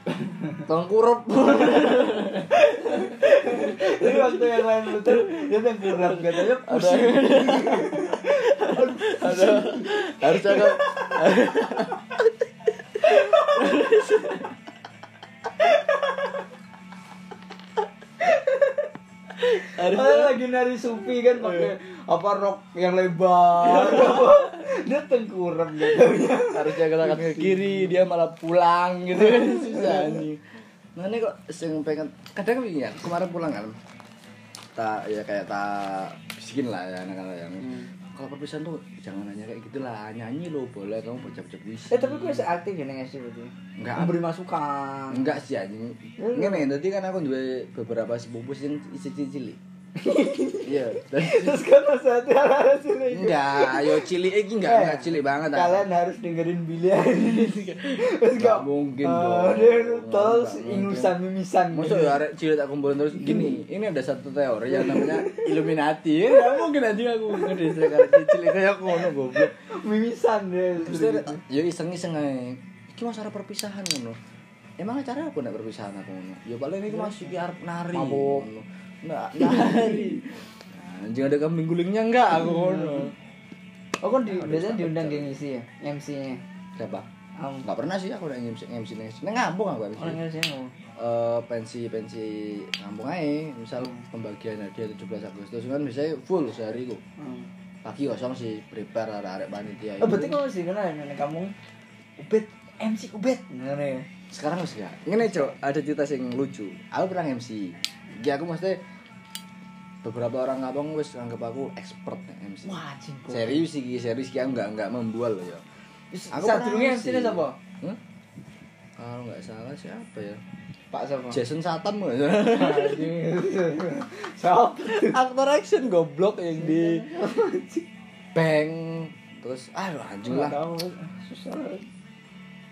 tengkurep Tapi waktu yang lain betul dia yang kurang katanya pusing. ada harus ada Padahal lagi nari supi kan pakai apa rok yang lebar. dia tengkurap gitu. harusnya gerakan ke kiri dia malah pulang gitu kan susah nih nah ini kok sing pengen kadang gini ya kemarin pulang kan tak ya kayak tak bisikin lah ya anak-anak yang Hmm. kalau perpisahan tuh jangan hanya kayak gitulah nyanyi lo boleh kamu bocap-bocap puisi Eh tapi gue seaktif ya neng SD berarti. Enggak. Memberi masukan. enggak sih Eh. anjing ngene tadi kan aku duwe beberapa sepupu yang cilik-cilik iya dan Terus kan nasihatnya arah sini. enggak yo cilik iki enggak Eh, enggak cilik banget ah. Kalian harus dengerin biliar ini. Terus Nggak mungkin dong. Dia terus Nggak ingusan mimisan. Masa ya arek cilik tak kumpulin terus gini, ini ada satu teori yang namanya Illuminati. Ya nggak mungkin anjing aku ngedesek arek cilik kayak ngono goblok. mimisan deh. Terus dia, ya iseng-iseng ae. Iki mas arep perpisahan ngono. Emang cara apa nek perpisahan aku ngono? Ya paling iki mas iki arep nari. Mabuk. ngono. Nah, nari. Nah, Anjing ada kambing gulingnya enggak aku ngono. Oh kan di, biasanya diundang geng isi ya, MC-nya. Siapa? Am. Enggak pernah sih aku udah MC MC Neng ngambung aku MC. Orang Indonesia ngomong. eh pensi pensi kampung aja misal pembagian hadiah 17 Agustus kan biasanya full sehari ku Hmm. pagi kosong sih prepare arek arek panitia Oh berarti kamu sih kenal nenek kamu Ubed MC Ubed. Ngene ya. sekarang wis gak ngene cok ada cerita sing lucu aku pernah MC ya aku mesti beberapa orang kampung wis anggap aku expert nek MC Wah, cingko. serius sih Ki, serius sih aku nggak nggak membual loh ya aku Saat dulu pernah MC nya siapa? Hmm? kalau nggak salah siapa ya Pak siapa? Jason Satam Siapa? aktor action goblok yang di bank terus aduh anjing Nggak lah tahu. Susah.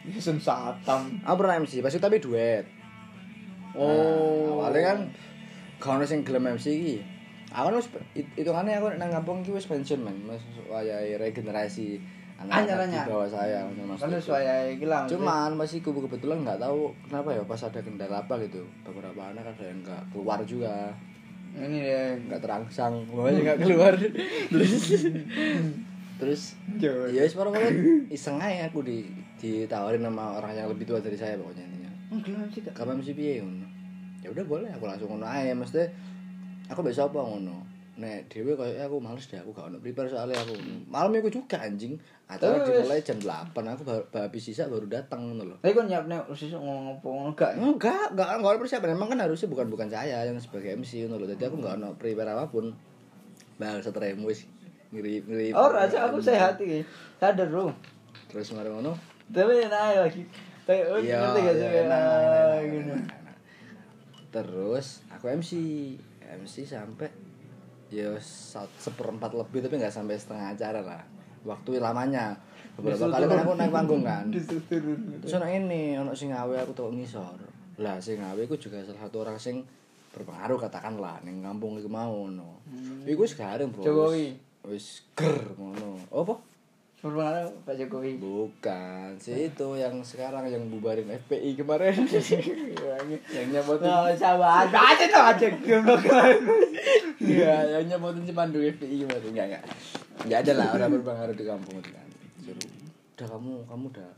Jason Satam. aku pernah MC pas itu tapi duet Oh. nah, awalnya kan kalau sing gelem MC iki aku kan wis hitungannya aku nang kampung iki wis pensiun men mas wayahe regenerasi anak-anak di Anyar-anyar. bawah Nah, saya ngono Kan maksudnya. sesuai iki lah. cuman masih kubu kebetulan nggak tahu kenapa ya pas ada kendala apa gitu beberapa anak ada yang nggak keluar juga ini deh. nggak terangsang makanya nggak keluar terus terus Jauh. ya sekarang iseng aja aku di ditawarin sama orang yang lebih tua dari saya pokoknya intinya Enggak sih kak. kapan mesti piye ngono ya udah boleh aku langsung ngono aja mesti aku besok apa ngono nek dhewe kayaknya aku males deh aku gak ono prepare soalnya aku malam aku juga anjing acara Terus. dimulai jam 8 aku baru baru habis sisa baru datang ngono loh Tapi kan nyiap nih, usus ngomong apa ngomong enggak. ya? enggak enggak enggak ada persiapan emang kan harusnya bukan bukan saya yang sebagai MC ngono loh jadi aku enggak ono prepare apapun bal setrem wis ngiri-ngiri Oh rasa aku sehat iki. Sadar lu. terus mari ngono Tapi enak aja lagi. Tapi oh, Iya, ngerti gak sih? iya, enak, Ah, enak, gitu. enak, enak. terus aku MC MC sampai ya sat- seperempat lebih tapi nggak sampai setengah acara lah waktu lamanya beberapa kali kan aku naik panggung kan terus anak ini anak sing awe aku tau ngisor lah sing awe aku juga salah satu orang sing berpengaruh katakanlah ning kampung iku mau no Hmm. iku wis garing bro Jokowi. wis ger ngono apa Berpengaruh Pak Jokowi. bukan si itu yang sekarang yang bubarin FPI kemarin yang nyebutin Nah, sabar. Aja tuh aja. Iya, yang nyebutin pemandu FPI kemarin enggak enggak. Enggak ada lah orang berpengaruh di kampung itu kan. Suruh, udah kamu kamu udah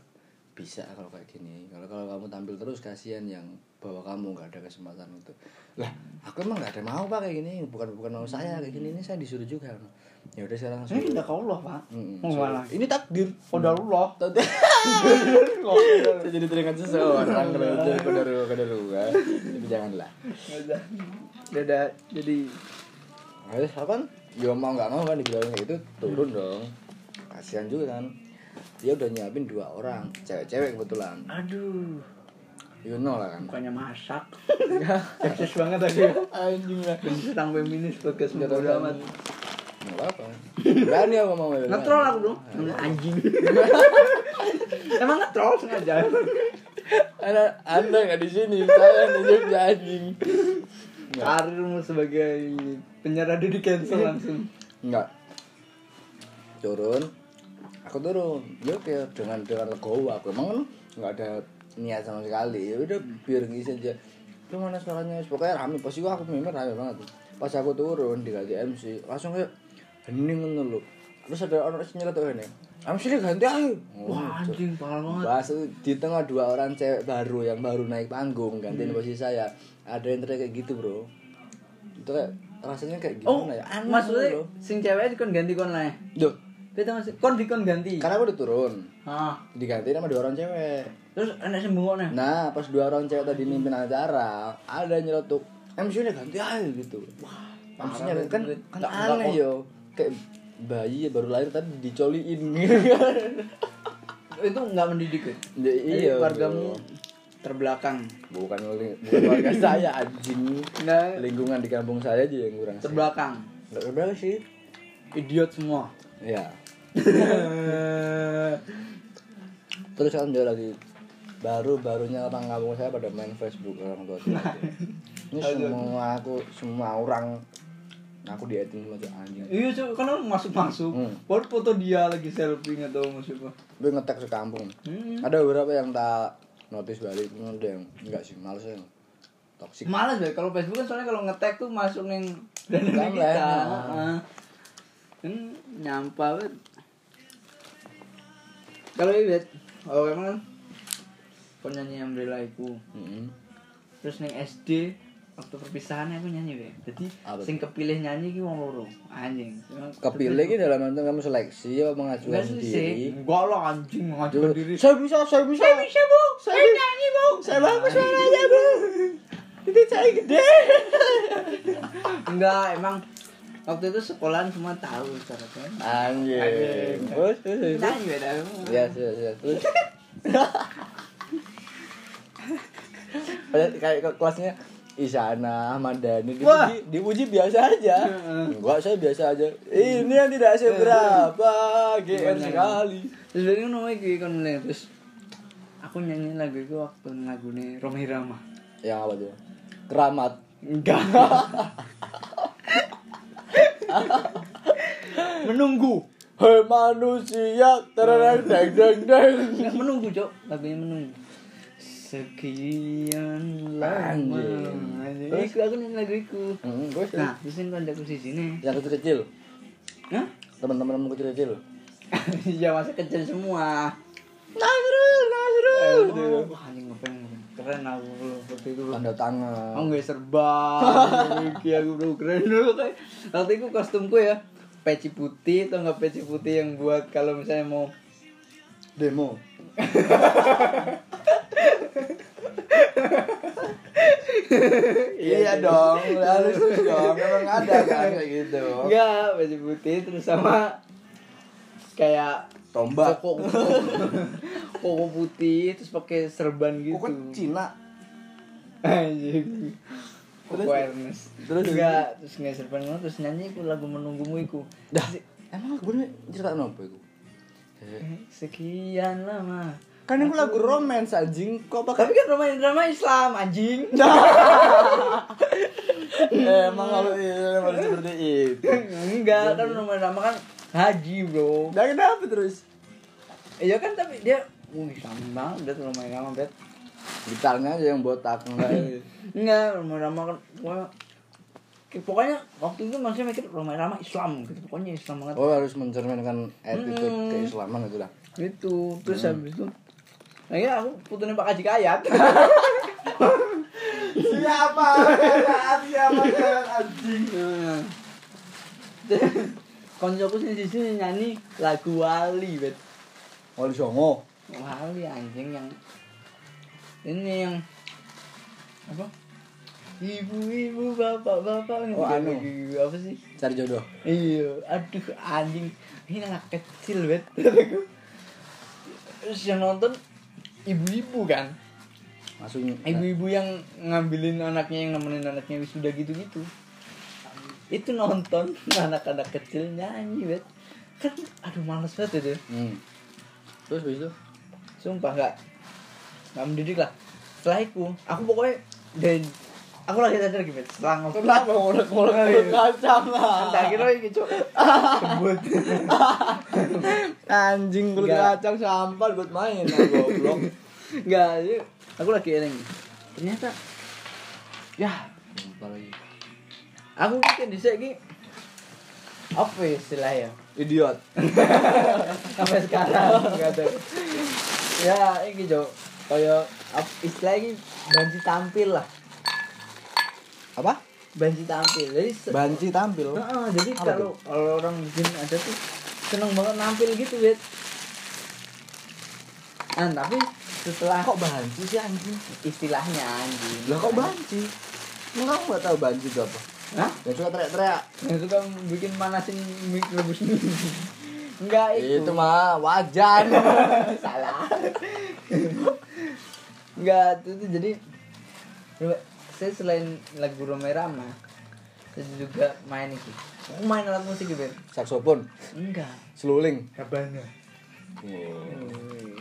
bisa kalau kayak gini. Kalau kalau kamu tampil terus kasihan yang bawa kamu nggak ada kesempatan itu. Lah, aku emang nggak ada mau pak kayak gini. Bukan bukan mau saya kayak gini ini saya disuruh juga. Ya udah sekarang Ini suruh. tidak kau Allah, Pak. Mm-mm, Mau suruh. Eh, malah. Ini takdir. Qadarullah. Takdir. Jadi teringat seseorang kalau jadi kodaru kodaru kan. Tapi janganlah. Udah. Udah jadi Harus apa? Ya mau nggak mau kan dibilangin kayak itu turun dong. Kasihan juga kan. Dia udah nyiapin dua orang, cewek-cewek kebetulan. aduh, You know lah kan. bukannya masak. Eksis banget tadi. Anjing lah. Tentang feminis podcast bodo amat. Nggak apa-apa. Berani aku mau. berani. Nge-troll aku dong. Anjing. Emang nge-troll sengaja. Anda, anda nggak di sini. Saya di Jogja anjing. Nggak. Karirmu sebagai penyerah di cancel langsung. Nggak. Turun. Aku turun. Ya oke dengan dengan legowo aku emang kan nggak ada niat sama sekali. Ya udah biar ngisi aja. Itu mana suaranya? Pokoknya rame. Pas itu aku memang rame banget. Pas aku turun di ganti MC, langsung kayak hening ngono lho. Terus ada orang sini tuh ini. MC ini ganti ayo. Wah, anjing parah banget. Bahas itu di tengah dua orang cewek baru yang baru naik panggung Hmm. gantiin posisi saya. Ada yang teriak kayak gitu, Bro. Itu kayak rasanya kayak Oh, gimana ya? Aneh maksudnya loh. sing cewek kon ganti kon lah. Duh, Kita masih kon dikon ganti. karena aku udah turun Hah. diganti sama dua orang cewek Terus enak sembungo nih. nah pas dua orang cewek tadi mimpin acara ada yang nyeletuk MC nya ganti aja gitu wah MC nya kan kan Nggak- aneh nggak- yo kayak bayi ya baru lahir tadi dicoliin Itu enggak mendidik. ya? ya, Jadi iya keluargamu bro. terbelakang. bukan li- bukan warga saya anjing Enggak lingkungan di kampung saya aja yang kurang sehat. terbelakang. nggak berapa sih Idiot semua. ya terus kan dia lagi baru barunya orang kampung saya pada main Facebook orang tua saya Nah, ini semua aku semua orang aku diatin sama tuh anjing Iya, cuy, kan orang masuk-masuk. Hmm. Walaupun foto dia lagi selfie atau musik apa. gue ngetek sekampung Hmm. ada beberapa yang tak notice balik ada yang enggak sih males ya. yang toksik Males deh kalau Facebook kan soalnya kalau ngetek tuh masuk neng dan Timeline, kita. ah. Heeh. Kan nyampah banget. Kalau ibet, oh emang kan Aku nyanyi Umbrella iku. Mm-mm. Terus neng SD waktu perpisahan aku nyanyi be. Jadi Apa sing kepilih nyanyi ki wong loro. Anjing. kepilih ini dalam artian kamu seleksi apa Enggak pengajuan sih sih. diri Enggak lah anjing Dulu, mengajukan diri. saya bisa saya bisa Saya bisa bu, saya Saya- Nah, nyanyi bu. saya bagus suaranya bu titik saya gede Enggak, emang waktu itu sekolahan semua tahu cara saya. anjing terus terus terus. Nyanyi beda. Ya, sudah, sudah. Terus. Kayak- kayak ke kelasnya Isana, Ahmad Dhani dipuji, Wah. dipuji biasa aja. Heeh. Enggak, saya biasa aja. Ini yang tidak seberapa GR Gimana? sekali. Terus dari ngono iki kon mulai terus aku nyanyi lagu itu waktu lagune Romi Rama. Yang apa tuh? Keramat. Enggak. menunggu. Hei manusia, terang deng deng deng. Enggak menunggu, Cok. Lagunya menunggu. Sekian lama. Anjing. Iku aku nyanyi lagu iku. Hmm, terus, terus. Nah, terus kan konjakku di sini. yang kecil kecil, Hah? teman-teman kecil kecil. ya masa kecil semua. Nasrul, Nasrul. Oh, wah, anjing ngapain? Keren aku bro, waktu itu bro. Tanda Aku tangan. Oh, nggak serba. Iki aku bro keren dulu kayak. Waktu itu kostumku ya peci putih atau nggak peci putih yang buat kalau misalnya mau Demo. iya dong, harus dong. Emang ada kan kayak gitu. enggak peci putih terus sama kayak Tombak. koko koko Gitu. putih terus pakai serban gitu Kok Cina? anjing awareness Terus? terus enggak terus nggak serpan ngono terus nyanyi ku lagu menunggumu iku Dah. Emang aku bener cerita nopo iku? sekian lama Kan aku lagu romance anjing, kok tapi pakai kan drama drama Islam anjing emang kalau iya, emang seperti itu. enggak kan drama drama kan haji bro Dan kenapa terus? iya kan tapi dia Wih, Islam banget, dia tuh lumayan lama, Bet. Gitarnya aja yang botak enggak. Enggak, Roma Rama kan pokoknya, Kayak pokoknya waktu itu masih mikir Roma Rama Islam gitu. Pokoknya Islam banget. Oh harus mencerminkan attitude keislaman itu lah. Gitu. Terus habis itu Nah, ya aku putusin Pak Haji Kayat. Nah. Siapa? Siapa? Anjing. Koncoku sini sini nyanyi lagu Wali, bet. Wali Oh, Songo. Wali ya, anjing yang ini yang apa? Ibu-ibu, bapak-bapak Oh, anu. ngerti apa sih? Cari jodoh. Iya, aduh anjing. Ini anak kecil bet. Terus yang nonton ibu-ibu kan. Langsung Ibu-ibu yang ngambilin anaknya yang nemenin anaknya wisuda gitu-gitu. Itu nonton anak-anak kecil nyanyi bet. Kan aduh males banget itu. Hmm. Terus habis itu? Sumpah nggak nggak mendidik lah. Setelah itu, aku pokoknya dan aku lagi sadar gitu, Bet. setelah ngobrol Kenapa ngulek-ngulek kulit kacang ah. Kan tak kira ini cok sebut Anjing kulit Enggak. kacang sampah buat main ah, goblok. Enggak, iya. ini aku lagi eleng. Ternyata ya, Lupa lagi. aku bikin dhisik iki apa ya istilahnya? Idiot. Sampai sekarang enggak tahu. Ya, ini Jok. Kayak ap- istilah ini banci tampil lah. Apa? Banci tampil. Jadi se- Banci tampil. Heeh, jadi Apa kalau kalau orang di sini ada tuh seneng banget nampil gitu, Bet. Nah, tapi setelah Kok banci sih anjing? istilahnya anjing. Lah kok banci? Enggak aku enggak tahu banci itu apa. Hah? Yang suka teriak-teriak. Yang suka bikin manasin mie rebus mie. Enggak itu. Itu mah wajan. salah. Enggak, itu, tuh jadi Ro- saya selain lagu Romerama saya juga main itu. Aku main alat musik gitu. Ben. Saksofon, Enggak. seluling. Kabana. Hmm.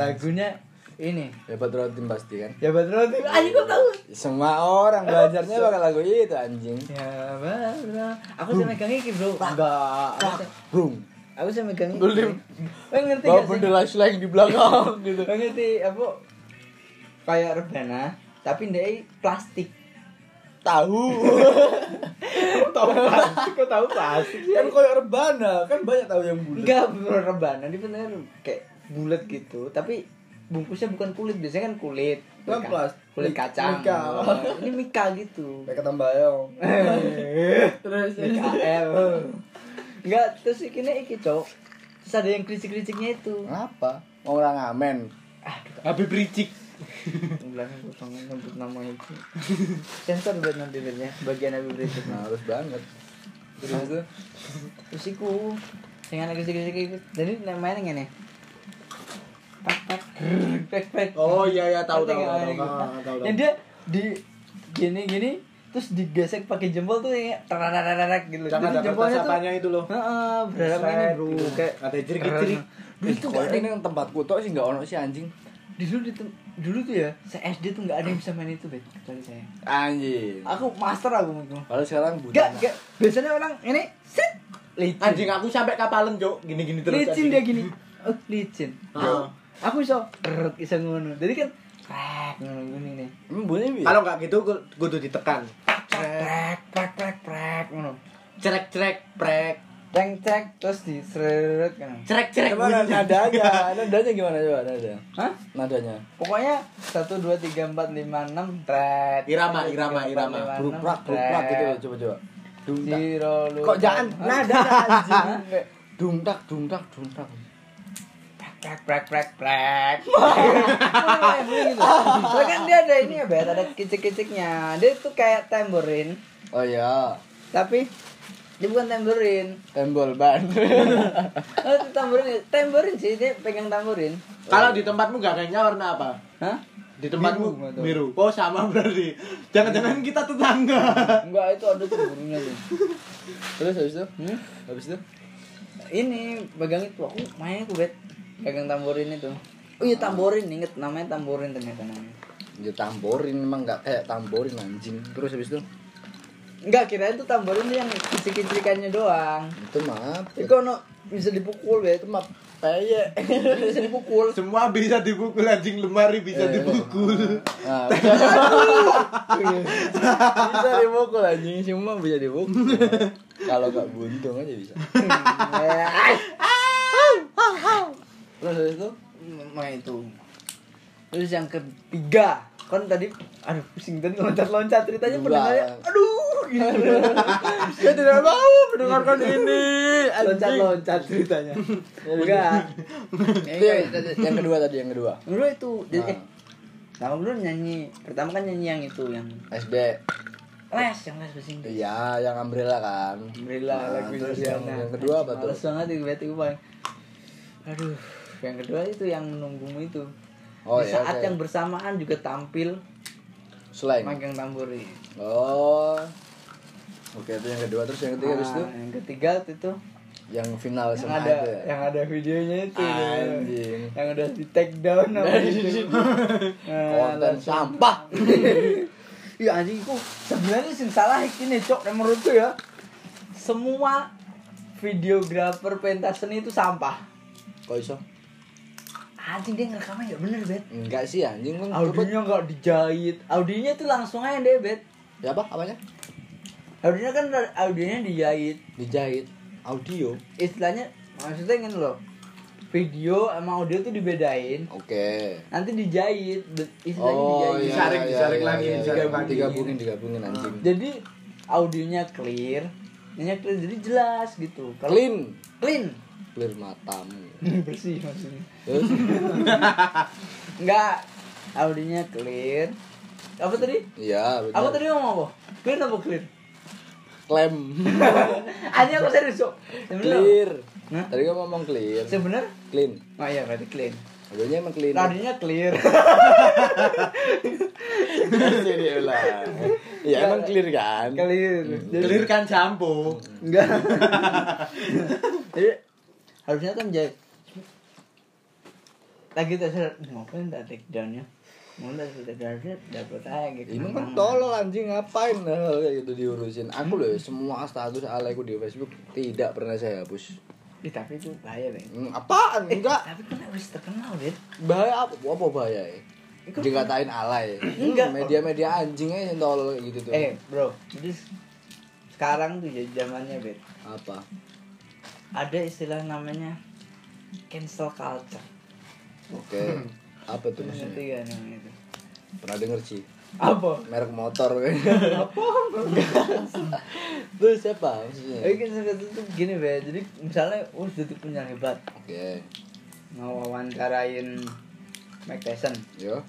Lagunya ini. Hebat rotin pasti kan. Ya betul tuh. Ayo kok tahu. Semua orang belajarnya pakai lagu itu anjing. Ya betul. Aku sih megang iki, Bro. Enggak. Aku sih- Brung. Aku sih megang iki. Belim. Eh, ngerti Bawa gak sih? bendera slang di belakang gitu. Lo ngerti apa kayak rebana tapi ndek plastik. Tahu. Kok tahu plastik? Kok tahu plastik? kan koyok rebana, kan banyak tahu yang bulat. Enggak, bro rebana ini bener kayak bulat gitu, tapi bungkusnya bukan kulit, biasanya kan kulit. Kan Ka- plastik. kulit kacang. Mika. Oh, Ini mika gitu. Kayak ketambayong. terus MKL. Enggak, terus ikine iki, Cok. Terus ada yang kricik-kriciknya itu. Apa? Orang amen. Habib Rijik. Belakang kosong nyebut nama itu. Sensor buat nanti Bennya, bagian Habib Rizik. Nah, harus banget. Terus itu terus iku sing ana gede-gede iku jadi nek main ngene pak pak grrrr, pak pak Oh, iya, iya, tahu, tahu, Ngerti tahu, nggak main tahu, iku? tahu, tahu. Yang dia di gini gini terus digesek pakai jempol tuh kayak terararararak gitu Jangan jadi ada jempolnya tuh percakapannya itu loh. heeh berharap ini Set, bro gitu. kayak Ada jerik-jerik. dulu tuh nggak Kalau ada ini yang tempatku tok sih enggak ono sih anjing. dulu di tem- dulu tuh ya se SD tuh nggak ada yang bisa main itu bet kecuali saya Anjing. aku master aku itu Kalau sekarang gak budak. gak biasanya orang ini set licin Anjing aku sampai kapalan, Cok. Gini-gini terus. licin anjing. dia gini oh, licin Ah. aku iso rrrk, iso ngono jadi kan krek ngono gini nih Hmm, bunyi ya? bi. Kalau nggak gitu, gue kudu ditekan. krek krek krek krek ngono Cerek-cerek, prek. ceng cek terus diseret kan Cerek-cerek. Coba nadanya, nadanya gimana coba nadanya? hah Nadanya. pokoknya satu dua tiga empat lima enam tret Irama, Satu, dua, irama, tiga, empat, irama. lima, enam, Bruprak, bruprak tret. gitu loh, coba coba. Dungtak. Zero, lu Kok jangan Hah? Nah, nada anjing kayak dungtak dungtak dungtak. prek prek prek prek Lah kan dia ada ini ya bet ada kicik-kiciknya dia tuh kayak tamborin Oh iya, tapi dia bukan tamborin tembol ban. Oh, itu tamborin, tamborin sih, dia pegang tamborin. Kalau di tempatmu gak kayaknya warna nah apa? Hah? di tempatmu Biru, nggak tahu. biru oh sama berarti jangan-jangan kita tetangga Enggak, itu ada tuh gurunya tuh. Terus habis itu? Hmm? Habis itu? Ini pegang itu aku main aku bet. Pegang tamborin itu. Oh iya tamborin inget namanya tamborin ternyata namanya. Ya tamborin emang enggak kayak tamborin anjing. Terus habis itu? Enggak kirain tuh tamborin tuh yang kicik-kicikannya doang. Itu mah apa? Itu ono bisa dipukul bet. Itu mah peyek. bisa dipukul. semua bisa dipukul anjing lemari Eh. bisa dipukul Iya, Nah, bisa Bisa dipukul anjing semua bisa dipukul. Kalau gak buntung aja bisa. Terus habis itu? main itu. Terus yang ketiga, kan tadi aduh pusing tadi loncat-loncat ceritanya Enggak. pendengarnya aduh gitu. Saya tidak mau mendengarkan ini. loncat-loncat ceritanya. Iya, Enggak. Itu yang, yang kedua tadi yang kedua. Dulu itu jadi eh, Ah. Kamu dulu nyanyi, pertama kan nyanyi yang itu yang SD. les, yang les Ah, pusing deh. Iya, yang umbrella kan. Alhamdulillah Nah, lagu terus yang, Indosiana. yang kedua apa tuh? Males banget itu berarti gue paling. Aduh, yang kedua itu yang menunggumu itu. Oh, Di iya, saat oke. yang bersamaan juga tampil Slang. magang tamburi. Oh. Oke, itu yang kedua terus yang ketiga habis itu Nah, yang ketiga itu tuh yang final yang SMA ada itu ya. yang ada videonya itu Anjing. yang udah di take down apa gitu. Nah, Konten langsung- sampah. Iya anjing kok sebenarnya sing salah ini cok nek menurutku ya. Semua videografer pentas seni itu sampah. Kok iso? Anjing dia ngerekamnya nggak bener bet. Enggak sih anjing kan Audinya nggak dijahit. Audinya tuh langsung aja deh bet. Ya apa? Apanya? Audinya kan audinya dijahit. Dijahit audio. Istilahnya maksudnya ingin loh. Video sama audio tuh dibedain. Oke. Nanti dijahit. be- Istilahnya Oh, dijahit. iya, Disaring, iya, disaring iya, lagi, iya, disaring iya. lagi. Digabungin, digabungin anjing. Jadi audionya clear, nya clear jadi jelas gitu. Kalau Clean, clean clear matamu. bersih maksudnya. Terus Enggak, audionya clear. Apa tadi? iya, benar. Aku tadi ngomong apa? Clean apa clear? Klem. Hanya aku serius, Cok. Sebenernya. clear. Hah? Tadi kan ngomong clear. Sebener? Clean. Oh iya, berarti clean. Adanya emang clean. Radionya clear. Pasti kan dia ulang. Ya emang clear kan? clear. Jadi clear kan sampo enggak. Jadi harusnya kan jadi lagi terserah ngapain tak take downnya mau tak take downnya dapat aja gitu Ini kan tolol anjing ngapain hal kayak gitu diurusin. Aku loh semua status alaiku di Facebook tidak pernah saya hapus. Ih, tapi itu bahaya deh Hmm, apaan? Enggak. tapi kan harus terkenal deh Bahaya apa? Apa bahaya ya? Dikatain alay. Hmm, Enggak. Media-media anjing aja yang tolol kayak gitu tuh. eh bro jadi s- sekarang tuh ya zamannya bet Apa? ada istilah namanya cancel culture Oke. Apa tuh ngerti maksudnya? gak namanya itu Pernah denger sih? apa Merek motor. apa Terus siapa maksudnya? Eh, cancel culture tuh gini bet jadi misalnya uh jadi penyiar hebat Oke. ngawawancarain Mike Tyson Yo.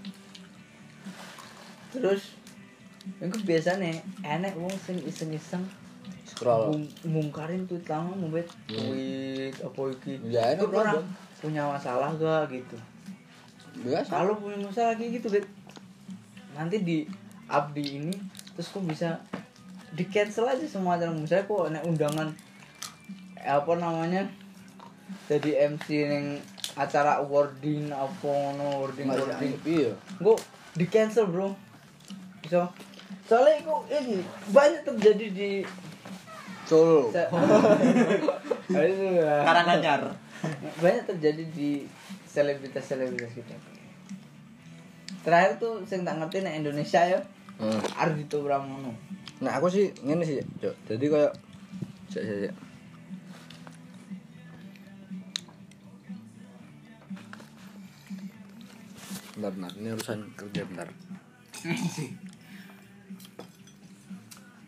terus yang biasa nih enak wong sing iseng-iseng Scroll. Mung- mungkarin tweet lama ngobet Hmm. tweet apa iki Ya, enak Lu pernah dong. punya masalah gak gitu Biasa. kalau punya masalah kayak gitu bet nanti di abdi ini terus kok bisa di cancel aja semua acara misalnya kok ada undangan eh, apa namanya jadi MC neng acara awarding apa no awarding Masih awarding anjing. Iya. gue di cancel bro so soalnya itu ini banyak terjadi di Solo. se- Nah, Aduh. karanganyar banyak terjadi di selebritas selebritas kita terakhir tuh saya tak ngerti nih Indonesia ya Hmm. Ardhito Pramono Nah aku sih ngene sih, Cok. Jadi kayak Cek, cek, cek. Bentar, bentar. Ini urusan kerja bentar.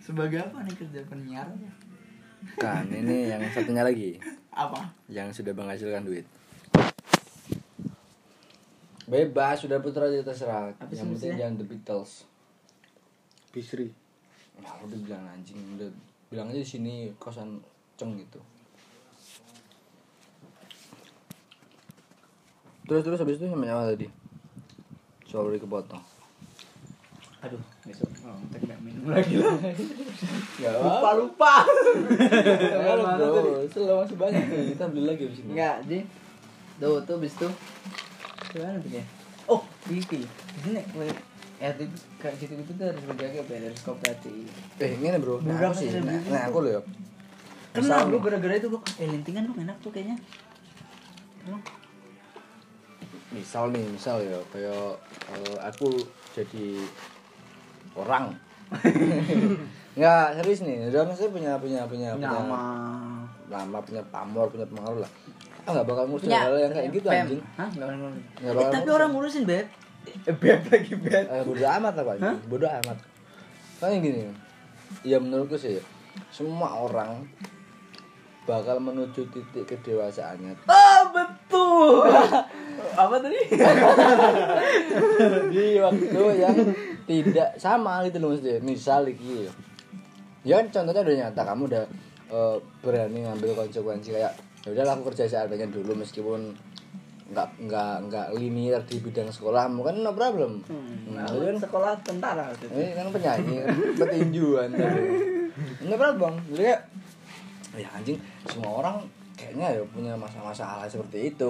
sebagai apa nih kerja penyiar Kan ini yang satunya lagi apa yang sudah menghasilkan duit. Bebas, sudah putra aja terserah. Apa sih yang penting maksudnya? jangan The Beatles. bisri Nah, udah bilang anjing, udah bilang aja di sini kosan ceng gitu. Terus terus habis itu sama nyawa tadi. Strawberry kepotong. aduh besok oh, ntar nggak minum lagi lah Enggak lupa lupa Mana Mana tadi? bro? Selalu masih banyak nih. Kita beli lagi abis ini. nggak jadi tuh tuh bis tuh gimana tuh ya oh pipi ini ya tuh kayak gitu gitu tuh harus menjaga balance kooperatif Eh, ini bro. Nah, Berapa aku sih. sih Nah, beli? nah, aku loh ya. Kenal Misal lu nih, gara-gara itu gue eh lintingan lu enak tuh kayaknya. Emang? Misal nih, misal ya. Kayak eh, aku jadi orang. Enggak, serius nih. Udah saya punya punya punya Nama. nama punya pamor punya pengaruh lah ah nggak bakal ngurusin Punya hal yang kayak gitu Pem. anjing Hah? Nggak orang ngurusin. Nggak Eh, orang tapi ngurusin. orang ngurusin, Beb. Eh, Beb lagi, Beb. eh, bodoh amat apa anjing bodoh amat soalnya gini ya menurutku sih semua orang bakal menuju titik kedewasaannya Ah, betul. Apa tadi? di waktu yang tidak sama gitu loh maksudnya misal gitu ya. ya kan contohnya udah nyata kamu udah eh, berani ngambil konsekuensi kayak ya udah aku kerja seadanya dulu meskipun nggak nggak nggak linear di bidang sekolahmu kan no problem Hmm. nah, itu kan sekolah tentara waktu itu. ini kan penyanyi petinjuan tadi nggak berat bang jadi kayak ya anjing semua orang kayaknya ya punya masa-masa alay seperti itu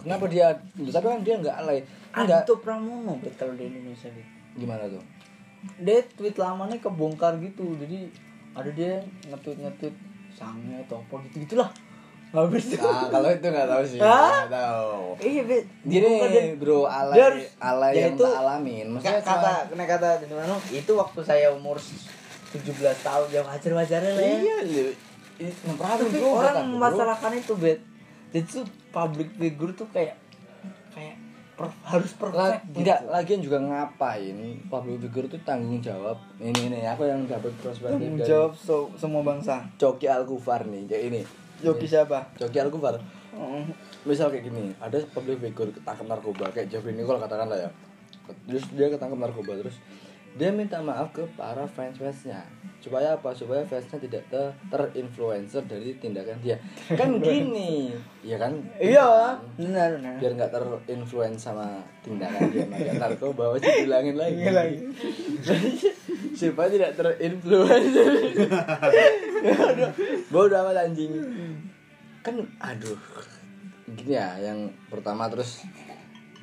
kenapa dia tapi kan dia nggak alay enggak Adito Pramono Beb, kalau di Indonesia Beb. gimana tuh Dia tweet lamanya kebongkar gitu. Jadi ada dia nge-tweet nge-tweet sangnya atau apa gitu-gitulah. Habis itu. Ah, kalau itu nggak tahu sih. Hah? Nggak tahu. Iya, Beb. Bukan dia- Gini, bro, alay, dia harus- alay ya yang itu- tak alamin. Maksudnya Maksudnya kata kena kata di mana itu waktu saya umur 17 tahun ya wajar wajarnya lah cuma, ya. iya, lu. Ngeperhatiin Tapi bro, orang kata bro. memasalahkan itu bet. Jadi tuh public figure tuh kayak kayak per- harus La- perfect gitu. enggak, lagian juga ngapain public figure itu tanggung jawab ini ini aku yang dapat perspektif Tanggung dari jawab so- semua bangsa. Coki Alkufar nih kayak ini Yogi Iya. siapa? Coki Alkufar Oh. Mm. misal kayak gini ada public figure ketangkep narkoba kayak Jeffrey Nicole katakanlah ya terus dia ketangkep narkoba terus dia minta maaf ke para fans fansnya supaya apa supaya fansnya tidak ter terinfluencer dari tindakan dia kan gini ya kan Iya, benar benar. biar nggak terinfluence sama tindakan dia pakai narkoba masih bilangin lagi Iya lagi. supaya tidak terinfluence bodoh amat anjing kan aduh gini ya yang pertama terus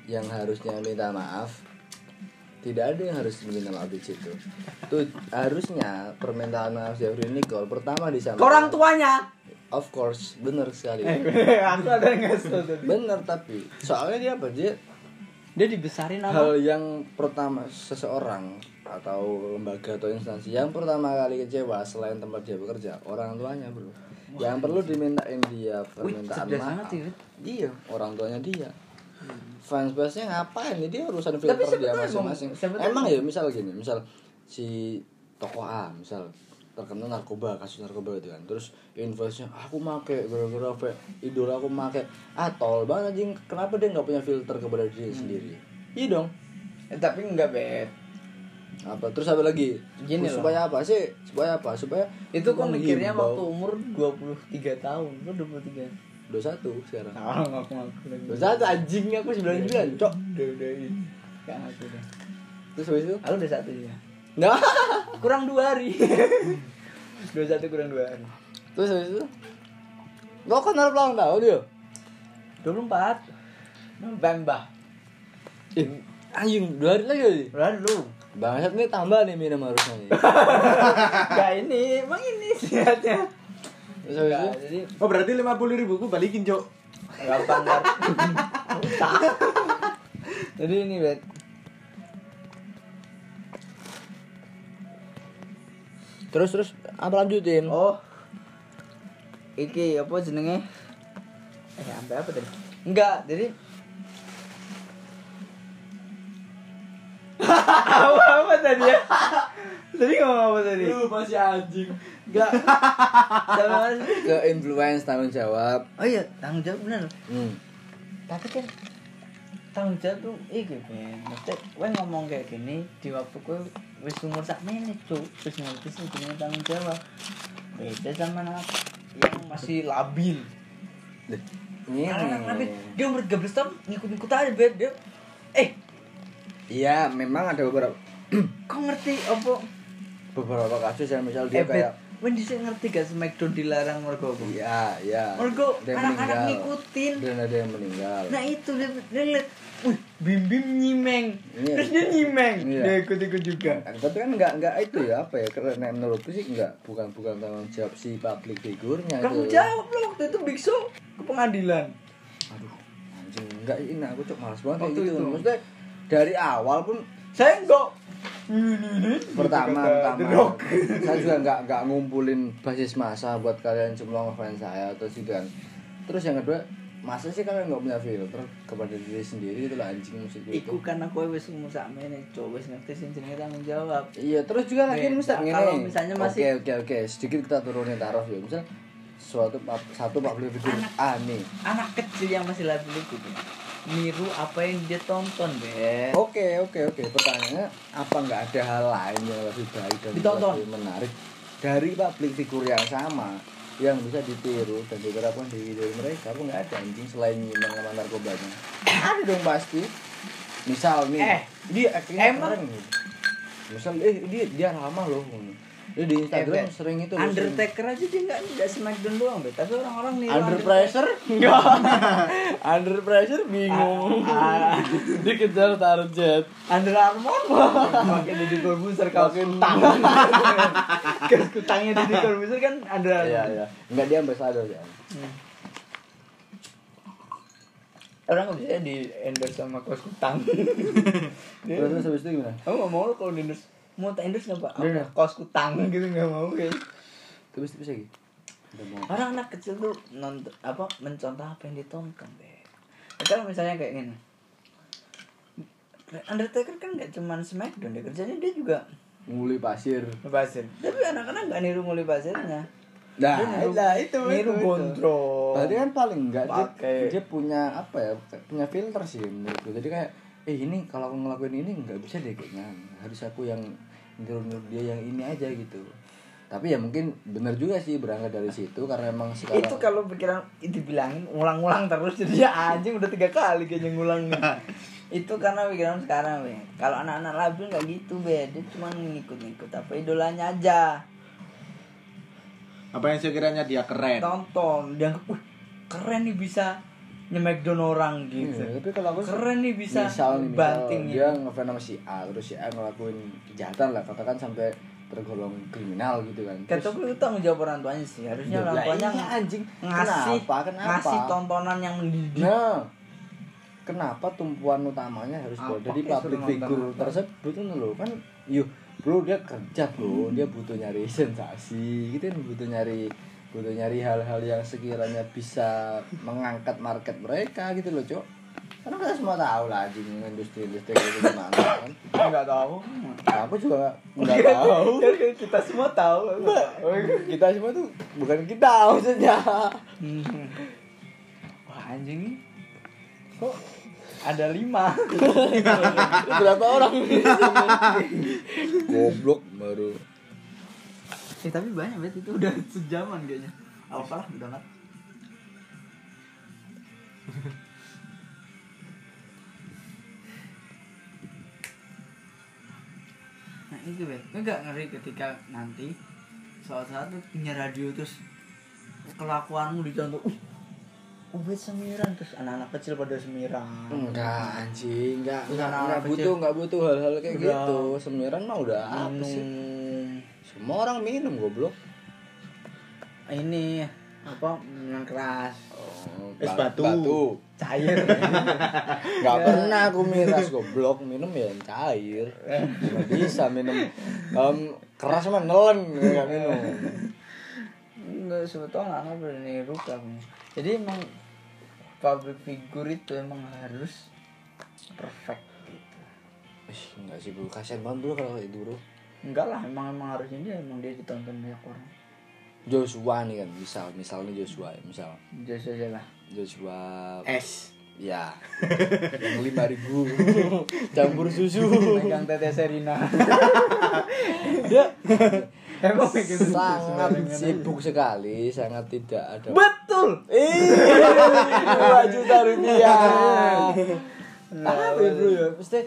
yang harusnya minta maaf tidak ada yang harus minta maaf di situ tuh harusnya permintaan maaf Jeffrey Nicole pertama Ke disampaikan orang tuanya. of course benar sekali Aku ada nggak setuju. benar tapi soalnya dia apa dia Dia dibesarin hal apa? yang pertama seseorang atau lembaga atau instansi yang pertama kali kecewa selain tempat dia bekerja orang tuanya bro yang perlu dimintain dia Wih, permintaan cerdas maaf banget ya. Bet. iya orang tuanya dia fans base ngapain ini dia urusan Tapi filter dia sebetulnya emang- masing-masing sebetulnya- emang ya misal gini misal si tokoh A misal terkena narkoba kasus narkoba gitu kan terus invoice-nya aku make gara-gara fe- idola aku make ah tol banget anjing kenapa dia nggak punya filter kepada diri Hmm. sendiri iya dong Eh, tapi enggak bet. apa terus apa lagi Gini loh. supaya apa sih supaya apa supaya itu kok mikirnya waktu menghimbau. umur 23 tahun lu 23 21 sekarang tahun aku ngaku lagi 21 anjing aku Iya. 99 cok udah udah ini gak ngaku deh terus habis itu aku udah satu ya nah kurang dua hari 21 kurang dua hari Terus habis itu Lo kan harus ulang tahun ya? 24 November Ih, anjing, dua hari lagi lagi Udah lu Bangsat nih tambah nih minum harusnya nih Gak ini Emang ini siatnya Terus habis itu Gak jadi Oh berarti 50 ribu ku balikin cok Gampang Bar. Tak. Jadi ini bet Terus terus, apa lanjutin? Oh. Iki apa jenenge? Eh, sampai apa tadi? Enggak, jadi apa apa tadi ya? Tadi ngomong apa tadi? masih anjing Enggak. Sampai mana sih? Ah, Ke influence tanggung jawab Oh iya, tanggung jawab bener. hmm. Tapi kan tanggung jawab tuh iki ben. Maksudnya kowe ngomong kayak gini di waktu kowe wis umur sak menit, Cuk. Wis ngerti sing jenenge tanggung jawab. Beda sama anak yang masih labil. Deh, Ini kan Iya. Anak-anak Nabi, dia umur 13 tahun ngikut-ngikut aja bet dia eh Iya, memang ada beberapa Kok ngerti apa Eh, beberapa kasus yang misal dia ebet? kayak Wen dhisik ngerti gak Smackdown dilarang mergo apa? Iya, iya. Mergo Dia anak-anak meninggal. ngikutin. Dan ada yang meninggal. Nah itu dia dia liat, wih bim bim nyimeng, Iya. terus dia nyimeng, Iya. dia ikut ikut juga. Nah, tapi kan nggak nggak itu ya apa ya karena menurutku sih nggak bukan bukan tanggung jawab si public figurnya Kamu itu. jawab lo waktu itu Big Show ke pengadilan. Aduh, anjing nggak ini aku cok malas banget kayak Waktu gitu. itu. Maksudnya dari awal pun Saya enggak. Iya. pertama kata The pertama Rock. saya juga nggak nggak ngumpulin basis masa buat kalian semua ngefans saya atau sih kan terus yang kedua masa sih kalian nggak punya filter kepada diri sendiri itu lah anjing musik itu Iku karena kowe wis umur sakmene, cok wis ngerti sing jenenge tanggung jawab. Iya, terus juga lagi Nih, nah, misal kalau gini. misalnya Oke, masih- oke, oke. Sedikit kita turunin taruh ya. Misal suatu pub- satu public figure A Ah, nih. Anak kecil yang masih labil itu Bro. niru apa yang dia tonton, Be. Oke, oke, oke. Pertanyaannya apa nggak ada hal lain yang lebih baik dan Ditonton. lebih menarik dari public figure yang sama yang bisa ditiru dan diterapkan di hidup mereka? Aku nggak ada anjing selain nyimak sama narkobanya. ada dong pasti. Misal nih, Eh, dia actingnya emang- keren gitu. Misal, eh dia dia ramah loh. Dia di Instagram Eh, Be, sering itu loh, sering- Undertaker aja dia enggak enggak smackdown doang, Be. Tapi orang-orang niru Under Undertaker. pressure? Enggak. Under pressure bingung. Dikejar target. Under Armour pakai Deddy Corbuzier kaos Pakai- kutang kaos kutangnya Deddy Corbuzier kan Under Iya, Armour iya. Enggak dia ambassador ya. Hmm. orang nggak bisa di endorse sama kaos kutang Dia- Terus terus habis itu gimana? kamu nggak mau lo kalau di endorse mau tak endorse nggak pak Iya. kaos kutang gitu nggak mau ya Terus terus lagi. Udah mau. orang anak kecil tuh nonton apa mencontoh apa yang ditonton deh kalau misalnya kayak gini Undertaker kan nggak cuman Smackdown dia kerjanya dia juga Nguli pasir. Basir. Tapi anak-anak nggak niru mulai basirnya. Nah, Dia niru- lah, itu itu, niru itu. gondrong. Berarti kan paling enggak dia, Pakai. dia punya apa ya? Punya filter sih menurutku. Jadi kayak eh ini kalau aku ngelakuin ini nggak bisa deh kayaknya. Harus aku yang nyuruh-nyuruh dia yang ini aja gitu. Tapi ya mungkin bener juga sih berangkat dari situ karena emang sekarang Itu kalau pikiran dibilangin ulang-ulang terus jadi ya anjing udah tiga kali kayaknya ngulang. itu karena pikiran sekarang be. Kalau anak-anak labil nggak gitu be, dia cuma ngikut-ngikut apa idolanya aja. Apa yang sekiranya dia keren? Tonton, dianggap wih keren nih bisa nyemakdown orang gitu. Iya, tapi kalau aku sih- Keren nih bisa ya. misal nih, misal bantingnya. dia ngefans sama si A terus si A ngelakuin kejahatan lah katakan sampai tergolong kriminal gitu kan Kata gue itu tanggung jawab orang tuanya sih. Ya, Harusnya orang lah tuanya iya, anjing. ngasih Kenapa? Kenapa? ngasih tontonan yang mendidik. nah kenapa tumpuan utamanya harus Apa keluar dari kayak public suruh figure nonton? tersebut kan lo kan yuk bro dia kerja bro dia butuh nyari sensasi gitu kan butuh nyari butuh nyari hal-hal yang sekiranya bisa mengangkat market mereka gitu loh cok karena kita semua tahu lah anjing industri-industri itu gimana kan Enggak tahu. Nah, aku juga nggak Iya. tahu Nah. kita semua tahu. kita semua tuh bukan kita maksudnya Hmm. Wah anjing kok ada lima. berapa orang goblok baru eh tapi banyak banget itu udah sejaman kayaknya. Apalah udah nggak. Nah itu bet, lu gak ngeri ketika nanti saat saat lu punya radio terus kelakuanmu dicontoh "Ih, Ubed semiran terus anak-anak kecil pada semiran. enggak anjing enggak Bukan enggak, orang enggak kecil. butuh enggak Hmm. butuh hal-hal kayak Enggak. gitu semiran mah udah apa sih Minum semua orang minum goblok ini apa minuman keras Oh, Es ba- batu. cair Enggak pernah aku miras goblok minum ya yang cair nggak bisa minum Em, keras mah nelen nggak minum nggak sebetulnya nggak boleh niru kamu jadi emang public figure itu emang harus perfect gitu Ih, enggak sih bro kasian banget bro kalau itu bro enggak lah emang emang harusnya dia emang dia ditonton banyak orang Joshua nih kan misal misalnya Joshua misal jasa aja lah Joshua Eh. S. ya yang lima ribu campur susu megang tete Serina dia emang gitu. megang tete sangat Serina. sibuk sekali sangat tidak ada Iya. betul Ih, dua juta rupiah. Apa ya, bro ya? Nah, Mesti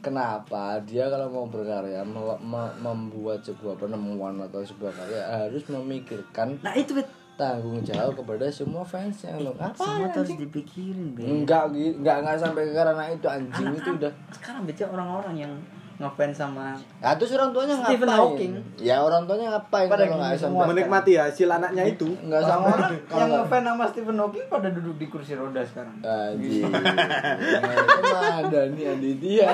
kenapa dia kalau mau berkarya mel- me- membuat sebuah penemuan atau sebuah karya harus memikirkan nah itu bet tanggung jawab kepada semua fansnya loh apa semua tuh harus dipikirin bet enggak gi- enggak enggak sampai ke karena itu anjing Anak- itu udah sekarang bet ya orang-orang yang ngefans sama Nah, terus orang tuanya Stephen ngapain? Hawking. Ya orang tuanya ngapain Pada kalau nggak gini sampai semua. menikmati hasil anaknya itu nggak sama orang yang ngefans sama Stephen Hawking pada duduk di kursi roda sekarang Anjing. Nah, ada nih Aditya.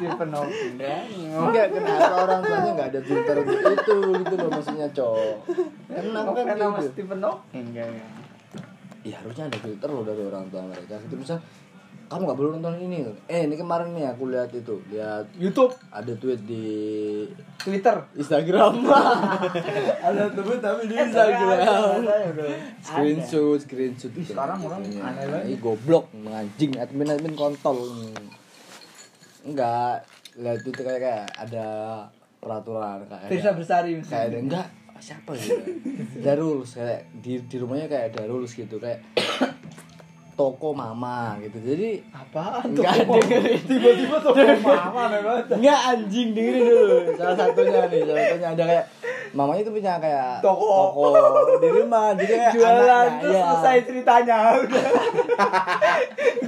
Stephen Hawking dan Enggak kenapa orang tuanya nggak ada filter itu gitu loh maksudnya, cowok. Kenapa ngefans kan sama gitu? Stephen Hawking enggak enggak ya harusnya ada filter loh dari orang tua mereka gitu misal kamu nggak boleh nonton ini eh ini kemarin nih aku lihat itu lihat YouTube ada tweet di Twitter Instagram ada tweet tapi di Instagram Screenshot. screenshot screenshot Ih, sekarang orang Itunya. aneh banget. Ih, goblok anjing admin admin kontol enggak lihat itu kayak kayak ada peraturan kayak ada- Tirsa Bersari kayak ada misalnya. enggak siapa gitu ada rules kayak di di rumahnya kayak ada rules gitu kayak toko mama gitu jadi Apaan tuh? enggak dengerin Tiba-tiba tuh mama memang. enggak anjing dengerin dulu salah satunya nih salah satunya ada kayak mamanya itu punya kayak Toko. di rumah jadi kayak Jualan anaknya, terus iya. selesai ceritanya udah.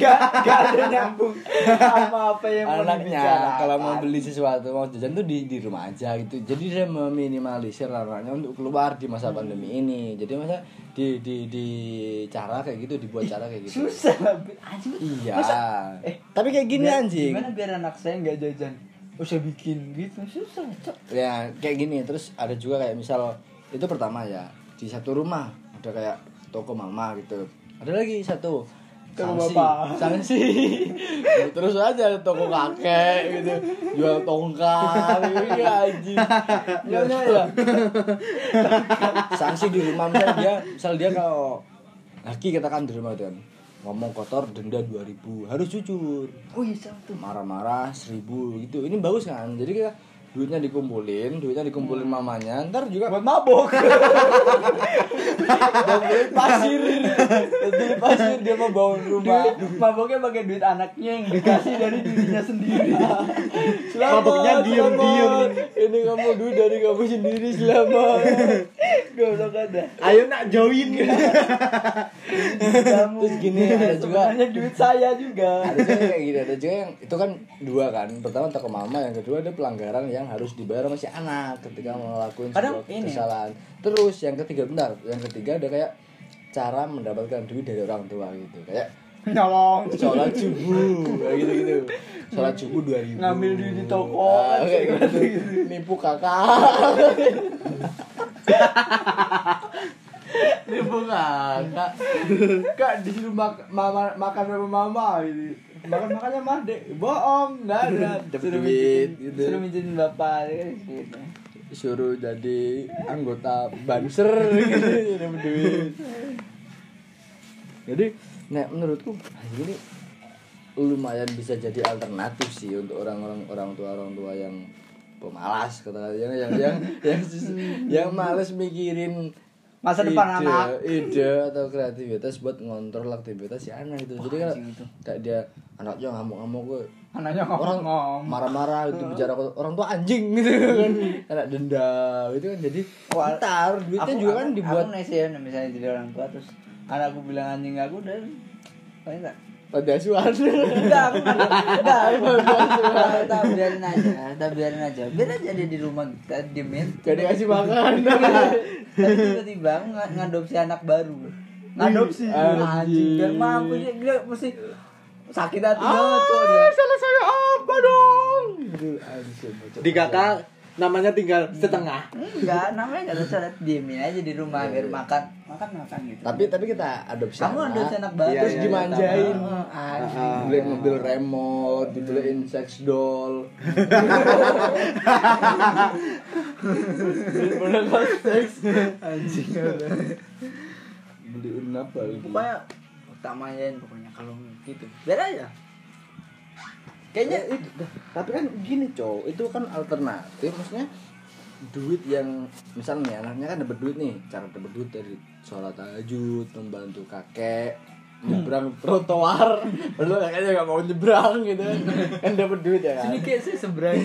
Gak, gak ada nyambung sama apa yang mau anaknya dibicarakan. kalau mau beli sesuatu mau jajan tuh di di rumah aja gitu jadi dia meminimalisir anaknya untuk keluar di masa pandemi ini jadi masa di di di cara kayak gitu dibuat cara kayak gitu susah Bi. anjing iya Masa- eh, tapi kayak gini biar- anjing gimana biar anak saya nggak jajan oh saya bikin gitu susah cok ya kayak gini terus ada juga kayak misal itu pertama ya di satu rumah ada kayak toko mama gitu ada lagi satu Toko sanksi bapak. sanksi terus aja toko kakek gitu jual tongkat gitu aja ya ya sanksi di rumah misal dia misal dia kalau laki katakan di rumah itu kan ngomong kotor denda 2000 harus jujur oh iya sama tuh marah-marah seribu gitu ini bagus kan jadi kita duitnya dikumpulin duitnya dikumpulin mamanya ntar juga Hmm. buat mabok beli pasir beli pasir dia mau bangun rumah duit maboknya pakai duit anaknya yang dikasih dari dirinya sendiri Selamat, Mabuknya diem-diem. selamat. ini kamu duit dari kamu sendiri selamat goblok ada ayo nak join kamu Terus gini, ada juga- sebenarnya Iya, duit saya juga ada juga kayak gini ada juga yang itu kan dua kan pertama toko mama yang kedua ada pelanggaran yang harus dibayar sama si anak ketika melakukan Kadang sebuah ini. kesalahan terus yang ketiga bentar yang ketiga ada kayak cara mendapatkan duit dari orang tua gitu kayak nyolong sholat subuh kayak gitu gitu sholat subuh dua ribu Ngambil duit di toko, kan, kayak gitu. nipu kakak nipu kakak kak disuruh mak mama makan sama mama gitu makan makannya mandek bohong nggak ada Suruh Suruh duit minjemin- gitu suruh minjemin bapak gitu suruh jadi anggota banser gitu dapat duit jadi nek menurutku ini lumayan bisa jadi alternatif sih untuk orang-orang orang tua orang tua yang pemalas kata yang yang yang yang, yang males mikirin Masa ide, depan anak. ide atau kreativitas buat ngontrol aktivitas si anak itu jadi kalau anjing itu. kayak dia anaknya ngamuk-ngamuk gue anaknya orang ngomong marah-marah itu bicara ke orang tua anjing gitu kan anak denda gitu kan jadi Iya Wah, ntar duitnya juga kan dibuat aku nasi ya misalnya jadi orang tua terus anakku bilang anjing aku dan oh enggak pada asuhan enggak aku enggak aku enggak tak biarin aja tak biarin aja biar aja dia di rumah kita diemin gak dikasih makan Iya. tapi tiba-tiba aku nga- ngadopsi anak baru ngadopsi Anjing. anjing Kan Ah, biar mampu dia, ya, dia mesti sakit hati banget tuh dia salah saya apa dong Gitu, anjing, bocah. di kakak namanya tinggal setengah enggak namanya enggak ada syarat diemin aja di rumah biar makan Iya, makan makan gitu Ah, tapi tapi kita adopsi kamu anak, adopsi anak baru terus Iya, iya, dimanjain Heeh, anjing. beli mobil remote dibeliin sex doll beli boneka seks anjing beliin apa gitu pokoknya utamain pokoknya kalau gitu biar aja kayaknya kayaknya itu tapi kan gini cow itu kan alternatif maksudnya duit yang misalnya nih, anaknya kan dapat duit nih cara dapat duit dari sholat tahajud membantu kakek nyebrang trotoar padahal kayaknya gak mau nyebrang gitu kan kan dapat duit ya kan Sini kayak saya seberang.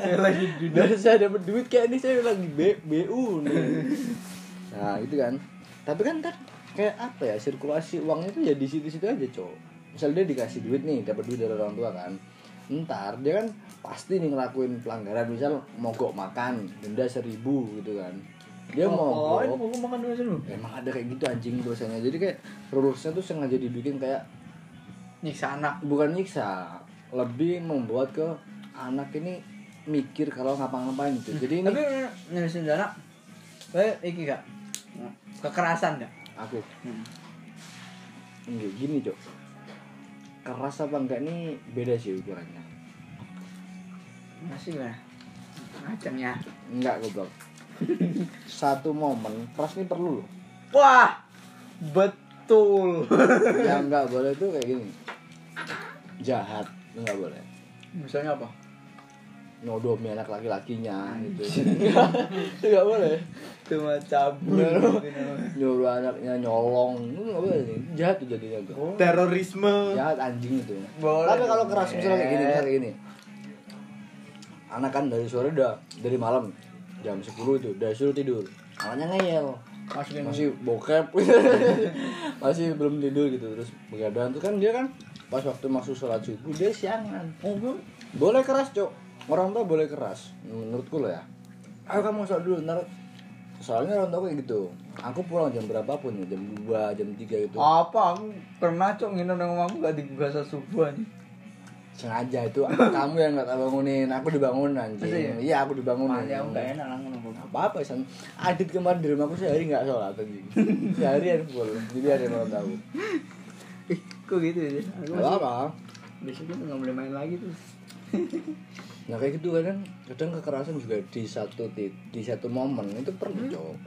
saya lagi di dari saya dapat duit kayak ini saya lagi B, BU nih nah gitu kan tapi kan ntar kayak apa ya sirkulasi uangnya tuh ya di situ-situ aja cowok misal dia dikasih duit nih dapat duit dari orang tua kan ntar dia kan pasti nih ngelakuin pelanggaran misal mogok makan denda seribu gitu kan dia Oh, ini mogok mau gua makan dulu dulu. emang ada kayak gitu anjing dosanya jadi kayak rulesnya tuh sengaja dibikin kayak Nyiksa anak. bukan nyiksa lebih membuat ke anak ini mikir kalau ngapa-ngapain gitu jadi ini Tapi nyerisin anak. Eh, iki gak? Kekerasan gak? aku Hmm. Enggak gini cok Keras apa enggak nih beda sih ukurannya Masih gimana? Macamnya. Enggak goblok Satu momen keras nih perlu loh Wah, betul. Yang enggak boleh tuh kayak gini Jahat Enggak boleh Misalnya apa? Nodomi anak laki-lakinya gitu Itu enggak boleh Cuma cabul. Nyuruh anaknya nyolong Itu enggak boleh nih Jahat tuh jadinya tuh terorisme Jahat anjing itu ya. Boleh. Tapi kalau keras misalnya kayak gini Misalnya kayak gini Anak kan dari sore udah Dari malam Jam 10 itu Udah suruh tidur Anaknya ngeyel Masukin masih bokep masih belum tidur gitu terus begadang tuh kan dia kan pas waktu masuk sholat subuh dia siangan Oh, belum. boleh keras cok orang tua boleh keras menurutku loh ya ayo kamu sholat dulu ntar soalnya orang tua kayak gitu aku pulang jam berapapun ya jam 2, jam 3 gitu Apa aku pernah cok nginep nang omahku gak digugah subuh anjing. sengaja itu kamu yang nggak tak bangunin aku dibangun Masih ya? anjing iya aku dibangunin Mandi aku gak enak lah ngono kok. apa apa san adit kemarin di rumahku sehari nggak sholat anjing seharian full jadi ada yang mau tahu Ih, kok gitu ya? Aku Gak apa besok tuh gak boleh main lagi tuh. Nah kayak gitu kadang kadang kekerasan juga di satu ti- di satu momen itu perlu Hmm. cowok.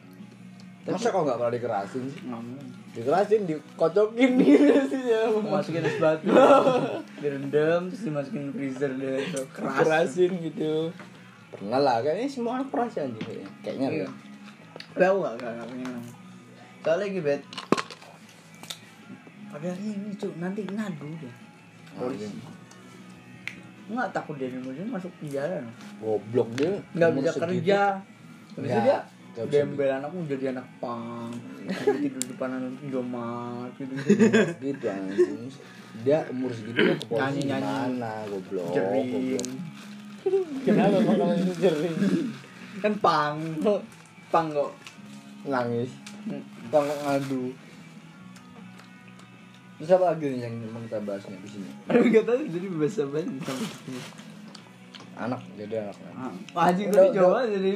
Masa kau nggak pernah dikerasin sih? Ngomong. Dikerasin, dikocokin gitu sih ya. masukin es batu direndam terus dimasukin freezer deh itu keras Kerasin gitu. Pernah lah kayaknya semua anak pernah sih anjing kayaknya. Kayaknya Iya. lah. Tapi aku gak, gak, gak pengen ngomong. soalnya gitu bet padahal ini cuk nanti ngadu deh Anjing. nggak takut dia dia masuk penjara loh. Goblok dia. nggak umur bisa segitu. kerja habis Nggak, itu dia nggak Ya, bisa gembel anakku jadi anak pang tidur di depan anak Indomaret gitu Gitu anjing. Dia umur segitu dia ke polisi Nyanyi-nyanyi. gimana Oh, goblok. jering goblok. Kenapa makanan itu jering? kan pang pang kok Nangis. Tukang ngadu. Terus apa lagi nih yang mau kita bahas nih di sini? Aduh Kan gak tau jadi bahasa apa ini sampai sini. Anak, jadi anak. Wah, Anjing Udah, Hmm. tadi Jawa jadi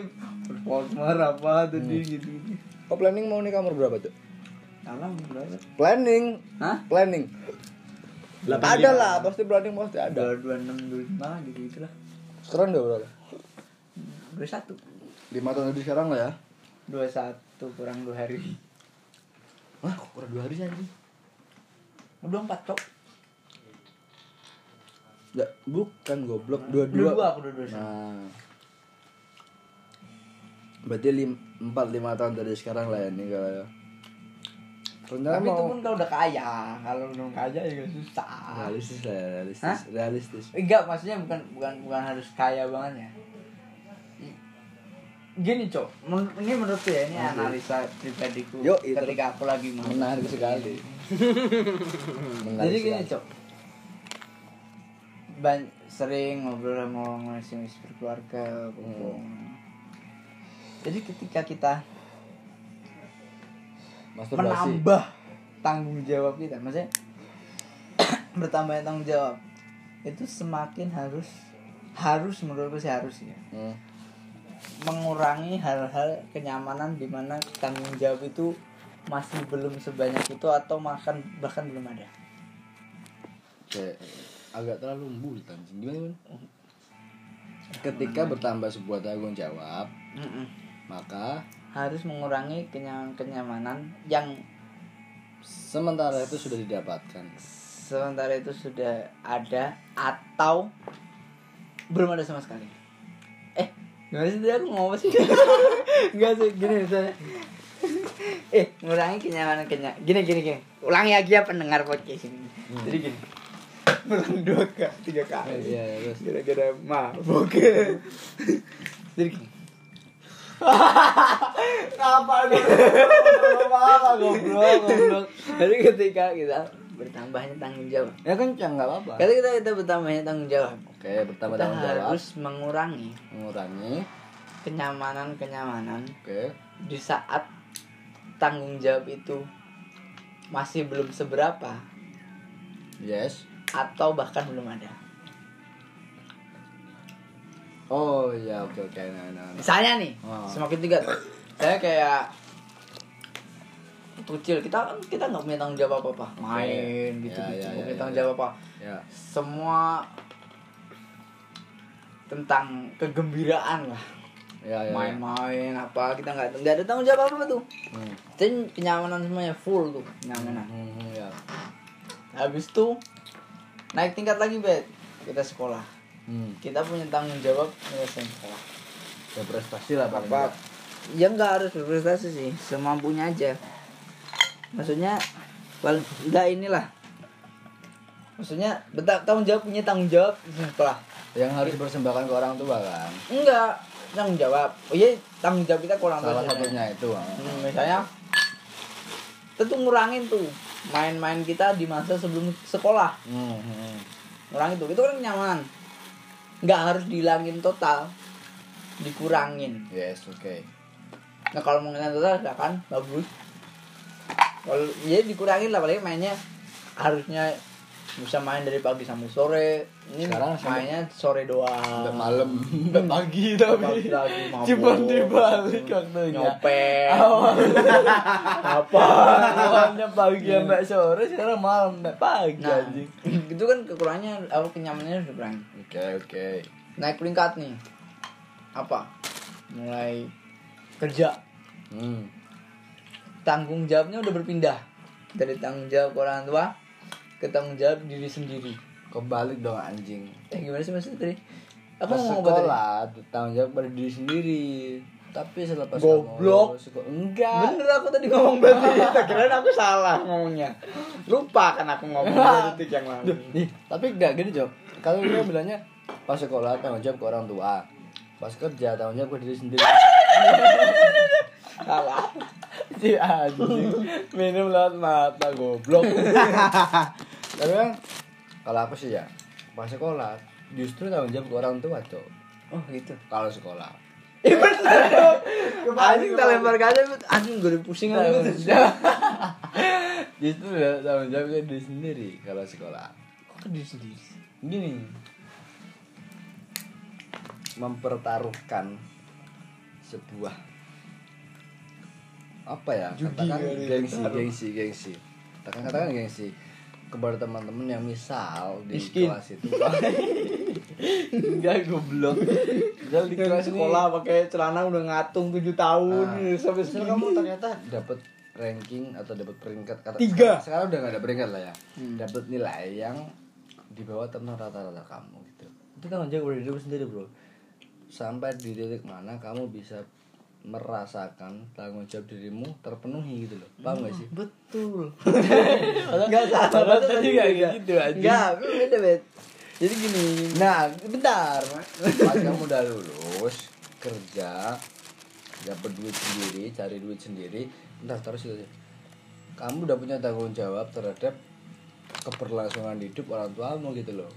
performer apa tadi gitu. Kok planning mau nikah umur berapa tuh? Salah berapa? Planning, Hah? planning. Ada lah, pasti planning pasti ada. Dua dua enam dua lima gitu gitulah. Sekarang udah berapa? Dua satu. Lima tahun lebih sekarang lah ya. Dua satu kurang dua hari. Hah, kok kurang dua hari sih anjing? Belum empat cok. Nggak, bukan goblok Dua dua-dua. dua aku dua dua. satu. Nah, berarti lim, empat lima tahun dari sekarang lah ya nih kalau ya. Rencana Tapi itu mau pun kalau udah kaya, kalau belum kaya ya susah. realistis lah, ya, realistis, Hah? realistis. Enggak, maksudnya bukan bukan bukan harus kaya banget ya. Gini cok, men- ini menurutku ya ini analisa pribadiku Yuk, itu. ketika aku lagi mau menarik sekali menarik Jadi gini sekali. cok, Ban- sering ngobrol sama orang masih masih berkeluarga, kumpul. Jadi ketika kita masturbasi menambah tanggung jawab kita, maksudnya bertambahnya tanggung jawab itu semakin harus harus menurutku sih harus ya Hmm. mengurangi hal-hal kenyamanan di mana tanggung jawab itu masih belum sebanyak itu atau makan bahkan belum ada. Kayak agak terlalu bulat anjing gimana gimana? ketika bertambah sebuah tanggung jawab Mm-mm. maka harus mengurangi kenyamanan-kenyamanan yang sementara itu sudah didapatkan sementara itu sudah ada atau belum ada sama sekali. Eh, gimana sih tadi aku ngomong apa sih? Enggak sih, gini misalnya. eh ngurangi kenyamanan kenya gini gini gini ulangi lagi ya pendengar podcast ini jadi gini ulang dua kali tiga kali Iya, iya, terus. gara-gara mabok jadi gini Apa Apa goblok, goblok. jadi ketika kita bertambahnya tanggung jawab Ya kencang enggak apa-apa. ketika kita, kita bertambahnya tanggung jawab Oke, pertama kita tanggung jawab harus mengurangi mengurangi. kenyamanan kenyamanan Oke. di saat tanggung jawab itu masih belum seberapa Yes. atau bahkan belum ada. Oh, iya oke oke. Nah, nah, nah. Misalnya nih, Oh. semakin tiga, saya kayak kecil kita kan kita nggak punya tanggung jawab apa apa main Oke. gitu Ya, gitu ya, nggak ya, ya, punya tanggung ya. jawab apa Ya. semua tentang kegembiraan lah Ya, ya. ya. main-main apa kita nggak nggak ada tanggung jawab apa tuh Hmm. dan kenyamanan semuanya full tuh kenyamanan Hmm, ya. Habis itu naik tingkat lagi bet kita sekolah. Hmm. Kita punya tanggung jawab menyelesaikan sekolah. Ya prestasi lah paling Apa? Ya nggak harus berprestasi sih, semampunya aja. Maksudnya paling enggak inilah. Maksudnya beta- tanggung jawab punya tanggung jawab di sekolah. enggak. Yang harus dipersembahkan ke orang tua kan. Enggak tanggung jawab. Oh iya tanggung jawab kita kurang Salah besar. satunya itu. ah. Hmm, misalnya kita tuh ngurangin tuh main-main kita di masa sebelum sekolah. Hmm, hmm. orang itu itu kan nyaman nggak harus dihilangin total dikurangin Yes, oke. nah kalau mau ngilangin total nggak kan bagus kalau ya dikurangin lah paling mainnya harusnya bisa main dari pagi sampai sore ini Sekarang sampai- mainnya sore Udah doang malam, udah pagi tapi. Ah. Pagi lagi, mabuk. Cuma dibalik kan, ya? waktunya. nyopet Iya. apa? Awalnya pagi sampai sore, sekarang malam sampai pagi Iya. nah anjing. itu kan kekurangannya apa kenyamanannya harus dikurangin Oke, oke. naik peringkat nih apa mulai kerja Hmm. tanggung jawabnya udah berpindah dari tanggung jawab orang tua ke tanggung jawab diri sendiri. Kebalik dong anjing. Eh gimana sih maksudnya tadi? Aku Pas mau ngomong ya? apa sekolah tanggung jawab pada diri sendiri. Tapi selepas Goblok. kamu seko- tadi? enggak. Bener aku tadi ngomong ya. berarti. Tak Kirain aku salah ngomongnya. Lupa kan aku ngomong dua detik yang lalu. Ih, tapi enggak gini, Jok. Kalau dia bilangnya pas sekolah tanggung jawab ke orang tua. Pas kerja tanggung jawab ke diri sendiri. Salah. si anjing minum lewat mata goblok tapi kan kalau aku sih ya pas sekolah justru tanggung jawab ke orang tua cok Oh gitu. kalau sekolah Iya bener dong. Anjing tak lempar kaca lu. anjing gue udah pusing aku. justru ya tanggung jawab ke diri sendiri kalau sekolah Kok ke diri sendiri? gini mempertaruhkan sebuah apa ya katakan gengsi gengsi gengsi katakan katakan gengsi kepada teman-teman yang misal di Miskin. kelas itu enggak goblok misal di Yang kelas di ini, sekolah pakai celana udah ngatung 7 tahun Ah. sampai misal segini. kamu ternyata dapat ranking atau dapat peringkat kata Tiga. Hmm. sekarang, sekarang udah gak ada peringkat lah ya dapat nilai yang di bawah teman rata-rata kamu gitu itu tanggung jawab dari dirimu sendiri bro sampai di titik mana kamu bisa merasakan tanggung jawab dirimu terpenuhi gitu loh paham Hmm. gak sih Betul. Enggak Padahal salah. Padahal tadi nggak kayak gitu, anjing. Enggak, lu beda, Bet. Jadi gini. Nah, bentar. Pas kamu udah lulus, kerja, dapat duit sendiri, cari duit sendiri, bentar terus itu. Kamu udah punya tanggung jawab terhadap keberlangsungan hidup orang tuamu gitu loh.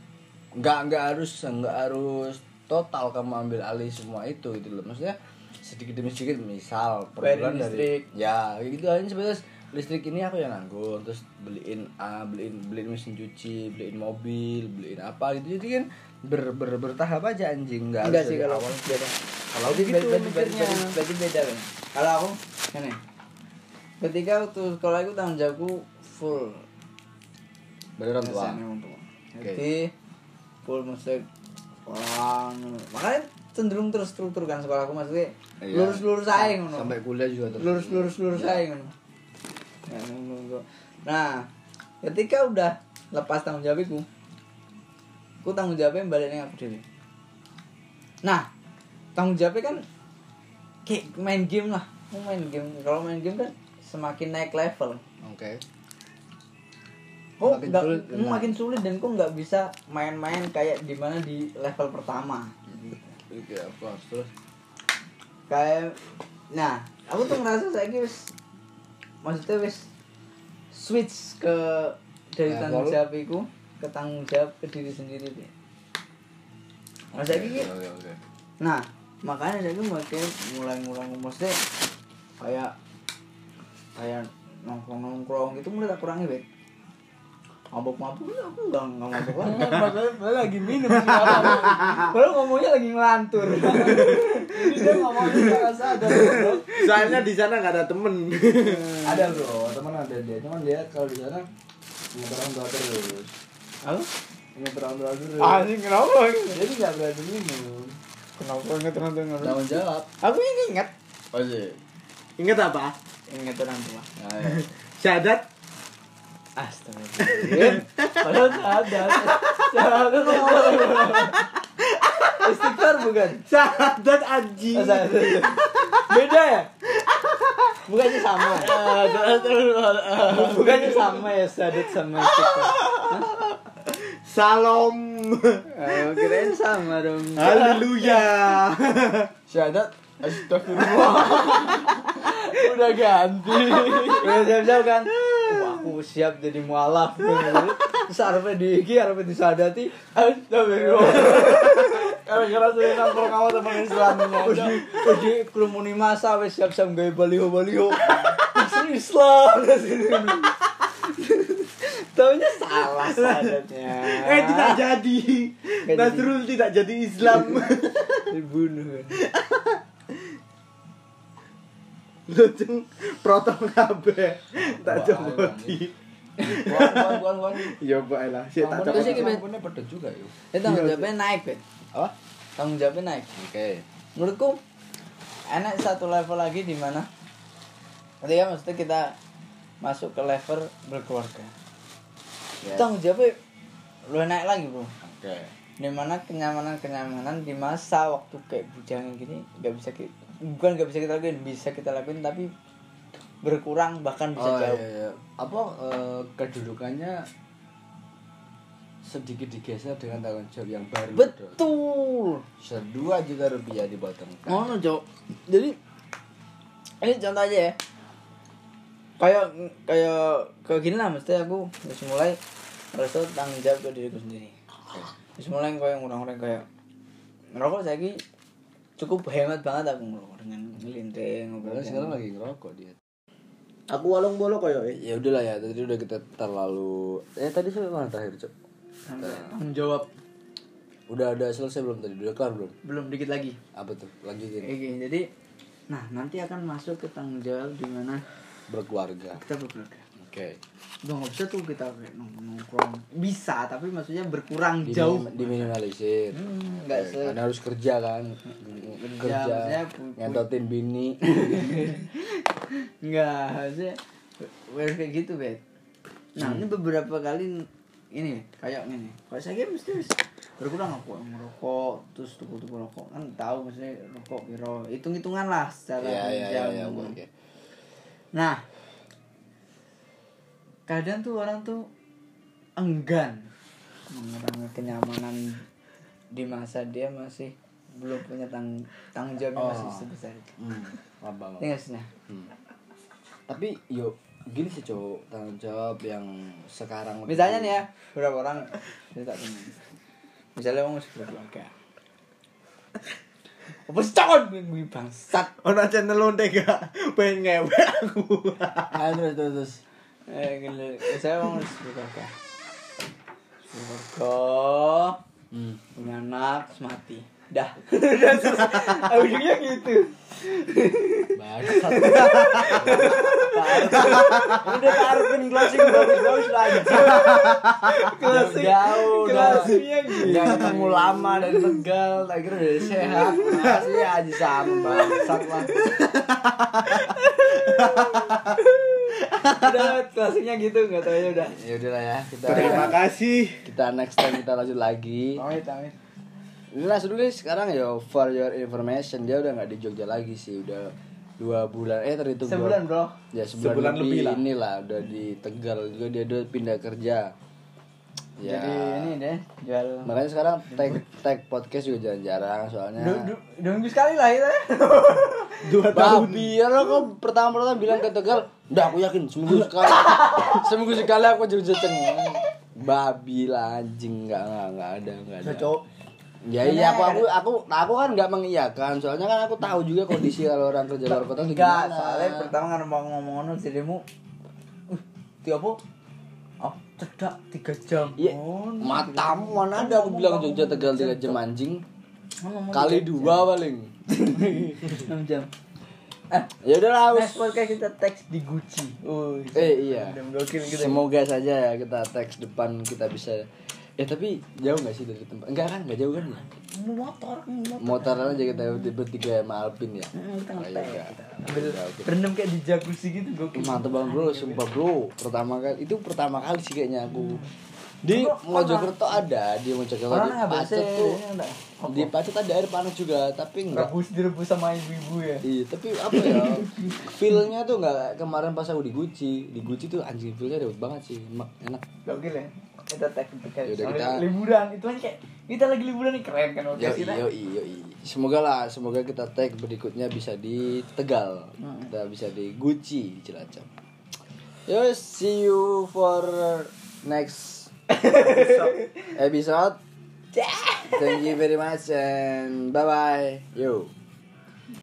Enggak enggak harus enggak harus total kamu ambil alih semua itu gitu loh. Maksudnya sedikit demi sedikit misal per Bayarin bulan dari listrik. ya gitu aja sebenarnya listrik ini aku yang nanggung terus beliin A beliin beliin mesin cuci beliin mobil beliin apa gitu jadi kan ber, ber bertahap aja anjing nggak Enggak harus sih dari kalau awal. beda. Kalau Jadi gitu berarti- berarti- mikirnya. berarti- berarti beda, Bet. Kalau aku gini. Ketika waktu sekolah aku tanggung jawabku full. dari orang tua Biasanya orang tua. Oke. Jadi full musik sekolah. Makanya cenderung terstruktur kan sekolah aku maksudnya Iya. lurus-lurus aja ngono. sampai kuliah juga terus lurus lurus lurus Ya. aja kan Ya, nunggu, nunggu. nah ketika udah lepas tanggung jawab itu aku tanggung jawabnya baliknya aku dewi nah tanggung jawabnya kan kayak main game lah aku main game kalau main game kan semakin naik level Oke. kok Makin nggak sulit, hmm, nah. makin sulit dan kok nggak bisa main-main kayak di mana di level pertama Oke, of course. Terus kayak nah aku tuh ngerasa saya wis maksudnya wis switch ke dari Nah, tanggung kalau- jawab iku ke tanggung jawab ke diri sendiri deh nah saya Oke, oke, oke. nah makanya saya mulai mulai ngurangi maksudnya kayak kayak nongkrong nongkrong gitu mulai tak kurangi bet mabuk mabuk aku nggak nggak mabuk lagi Padahal lagi minum siapa? Padahal ngomongnya lagi ngelantur Ini dia ngomongnya nggak sadar. bro. Soalnya di sana nggak ada temen. Ada bro, teman ada dia. Cuman dia kalau di sana nyebrang dua terus. Halo? Ah, Nyebrang dua terus. Anjing kenapa? Jadi nggak berani minum. Kenapa inget nonton Tanggung jawab. Aku ini inget. Oh Nah, sih. Ingat apa? ingat orang tua Ayo. Syahadat Iya. Astagfirullahaladzim Padahal sadar Sadar Istighfar bukan? Syahadat anjing Iya. Oh, sadar. Beda ya? Bukannya sama Iya, Bukannya sama ya sadar sama istighfar Salam Eh, Kirain sama dong Haleluya Syahadat. Astagfirullah. Udah ganti. Udah siap-siap kan? Wah, aku siap jadi mualaf Terus harapnya diiki, harapnya disadati Astagfirullah Karena ngerasain nongkrong sama teman Islamnya. Udah udah kerumuni masa wes siap-siap gawe baliho-baliho. Islam Islam. Taunya salah sadatnya. Eh tidak jadi Nggak jadi. Nasrul tidak jadi Islam dibunuh. Lujung protol kabeh Tak jempoti Wan, wan, wan, wan. Ya baik lah Saya tak Ampunnya sih, jempoti Ki, Ben. ampunnya pedes juga yuk. Ya tanggung jawabnya naik, Ben. Apa? Tanggung jawabnya naik. Oke. Menurutku enak satu level lagi di mana ketika maksudnya kita masuk ke level berkeluarga. Yes. Tanggung jawabnya lu naik lagi, Bro. Oke. dimana kenyamanan kenyamanan di masa waktu kayak bujangan gini nggak bisa kita bukan nggak bisa kita lakuin bisa kita lakuin tapi berkurang bahkan bisa Oh, jauh iya, iya. Apa eh, kedudukannya sedikit digeser dengan tanggung jawab yang baru? Dok? betul Sedua juta rupiah dipotongkan. ngono cok jadi ini contoh aja ya kayak kayak kayak gini lah mesti aku harus mulai harus tahu tanggung jawab ke diriku sendiri Oke. terus mulai kayak orang-orang kayak ngerokok saya cukup hemat banget aku ngerokok dengan ngelinting Padahal ngobrol sekarang lagi ngerokok dia. Aku walong bolo koyo eh. Ya udahlah ya, tadi udah kita terlalu Eh tadi sampai mana terakhir, Cok? Jawab. Udah udah selesai belum tadi? Udah kelar belum? belum dikit lagi Apa tuh? Lanjutin. Oke, jadi nah nanti akan masuk ke tanggung jawab di mana Berkeluarga. kita berkeluarga. Oke. Bang nggak bisa tuh kita kayak nong- nongkrong. Bisa, tapi maksudnya berkurang jauh. Dimin- Diminimalisir. Hmm, nggak Oke, se- Karena harus kerja kan. Kerja. maksudnya pu- pu- Ngentotin bini. Enggak, maksudnya harus kayak gitu, Bet. Hmm. Nah, ini beberapa kali ini kayak gini. Kalau saya kayak mesti mesti berkurang aku ngerokok, terus tuku-tuku rokok kan tahu maksudnya rokok piro. Hitung-hitungan lah secara Iya iya iya jam. iya, oke. Nah, kadang tuh orang tuh enggan mengurangi kenyamanan di masa dia masih belum punya tang tanggung jawabnya masih sebesar itu. Hmm, lama Ini nggak sih, Nah? Hmm. Tapi yo gini sih cowok tanggung jawab yang sekarang lebih- Misalnya nih ya, berapa orang saya tak punya. Misalnya kamu sudah keluarga. Apa sih cakon gue bangsat? Ono channel lonte gak pengen ngewek aku. Ah, terus terus terus. Eh, gila. Misalnya kamu sudah keluarga. Keluarga. Hmm. punya anak terus mati dah udah selesai. ujungnya gitu Bangsat. udah taruhin closing bagus-bagus lagi closing jauh closingnya gitu Jangan ketemu lama dari Tegal, akhirnya udah sehat. Masih aja sama bangsat lah. udah closingnya gitu nggak tahu ya udah Ya udahlah ya, kita Terima kasih. kita next time kita lanjut lagi. amit amit Ini langsung dulu nih, sekarang ya for your information dia udah nggak di Jogja lagi sih udah dua bulan eh terhitung dua- Sebulan, Bro. ya sebulan, Sebulan lebih, lebih lah. inilah udah di Tegal juga dia udah pindah kerja ya Jadi ini deh jual. makanya sekarang tag tag podcast juga jarang-jarang soalnya Du- du- Dua minggu sekali lah ya. Babi ya lo kok pertama pertama bilang ke Tegal, "Nggak, aku yakin seminggu sekali. seminggu sekali aku jujur cengeng." Babi lah anjing nggak nggak nggak ada nggak ada. Ya iya aku aku aku aku kan nggak mengiyakan soalnya kan aku tahu juga kondisi kalau orang kerja luar kota itu Enggak, gimana. soalnya pertama kan mau ngomong ngono dirimu. Uh, tiapo? Oh, cedak 3 jam. Iya. Oh, Matamu mana ada aku bilang Jogja Tegal tiga jam anjing ngomong kali dua paling. 6 jam. Eh, Ya udahlah us. next podcast kita teks di Gucci. Wih. Eh iya. Udah gokil gitu. Semoga saja ya kita teks depan kita bisa Ya tapi jauh gak sih dari tempat? Enggak kan, enggak jauh kan ya? Motor, motor. Motoran aja kita bertiga sama Alpin ya? Hmm, kita Ayo, ngetek. ya. Ya, oke. Rendam kayak di jacuzzi gitu gokil. Mantap banget bro, sumpah bro Pertama kali, itu pertama kali sih kayaknya aku Mm. Di Mojokerto ada, di Mojokerto Orang Di nggak biasa Pacet tuh ini enggak. Di Pacet ada air panas juga, tapi enggak Rebus direbus sama ibu-ibu ya. Iya, tapi apa ya? Feelnya tuh nggak kemarin pas aku di Gucci, di Gucci tuh anjing feelnya dapet banget sih, emak, enak. Gokil ya. Kita tag itu kan. Yaudah, Soalnya kita- liburan itu kan kayak kita lagi liburan nih keren kan Yo podcast kita. yo yo Semoga lah, semoga kita tag berikutnya bisa di Tegal, kita bisa di Gucci Cilacap. Yo, see you for next episode. Thank you very much and bye bye. Yo.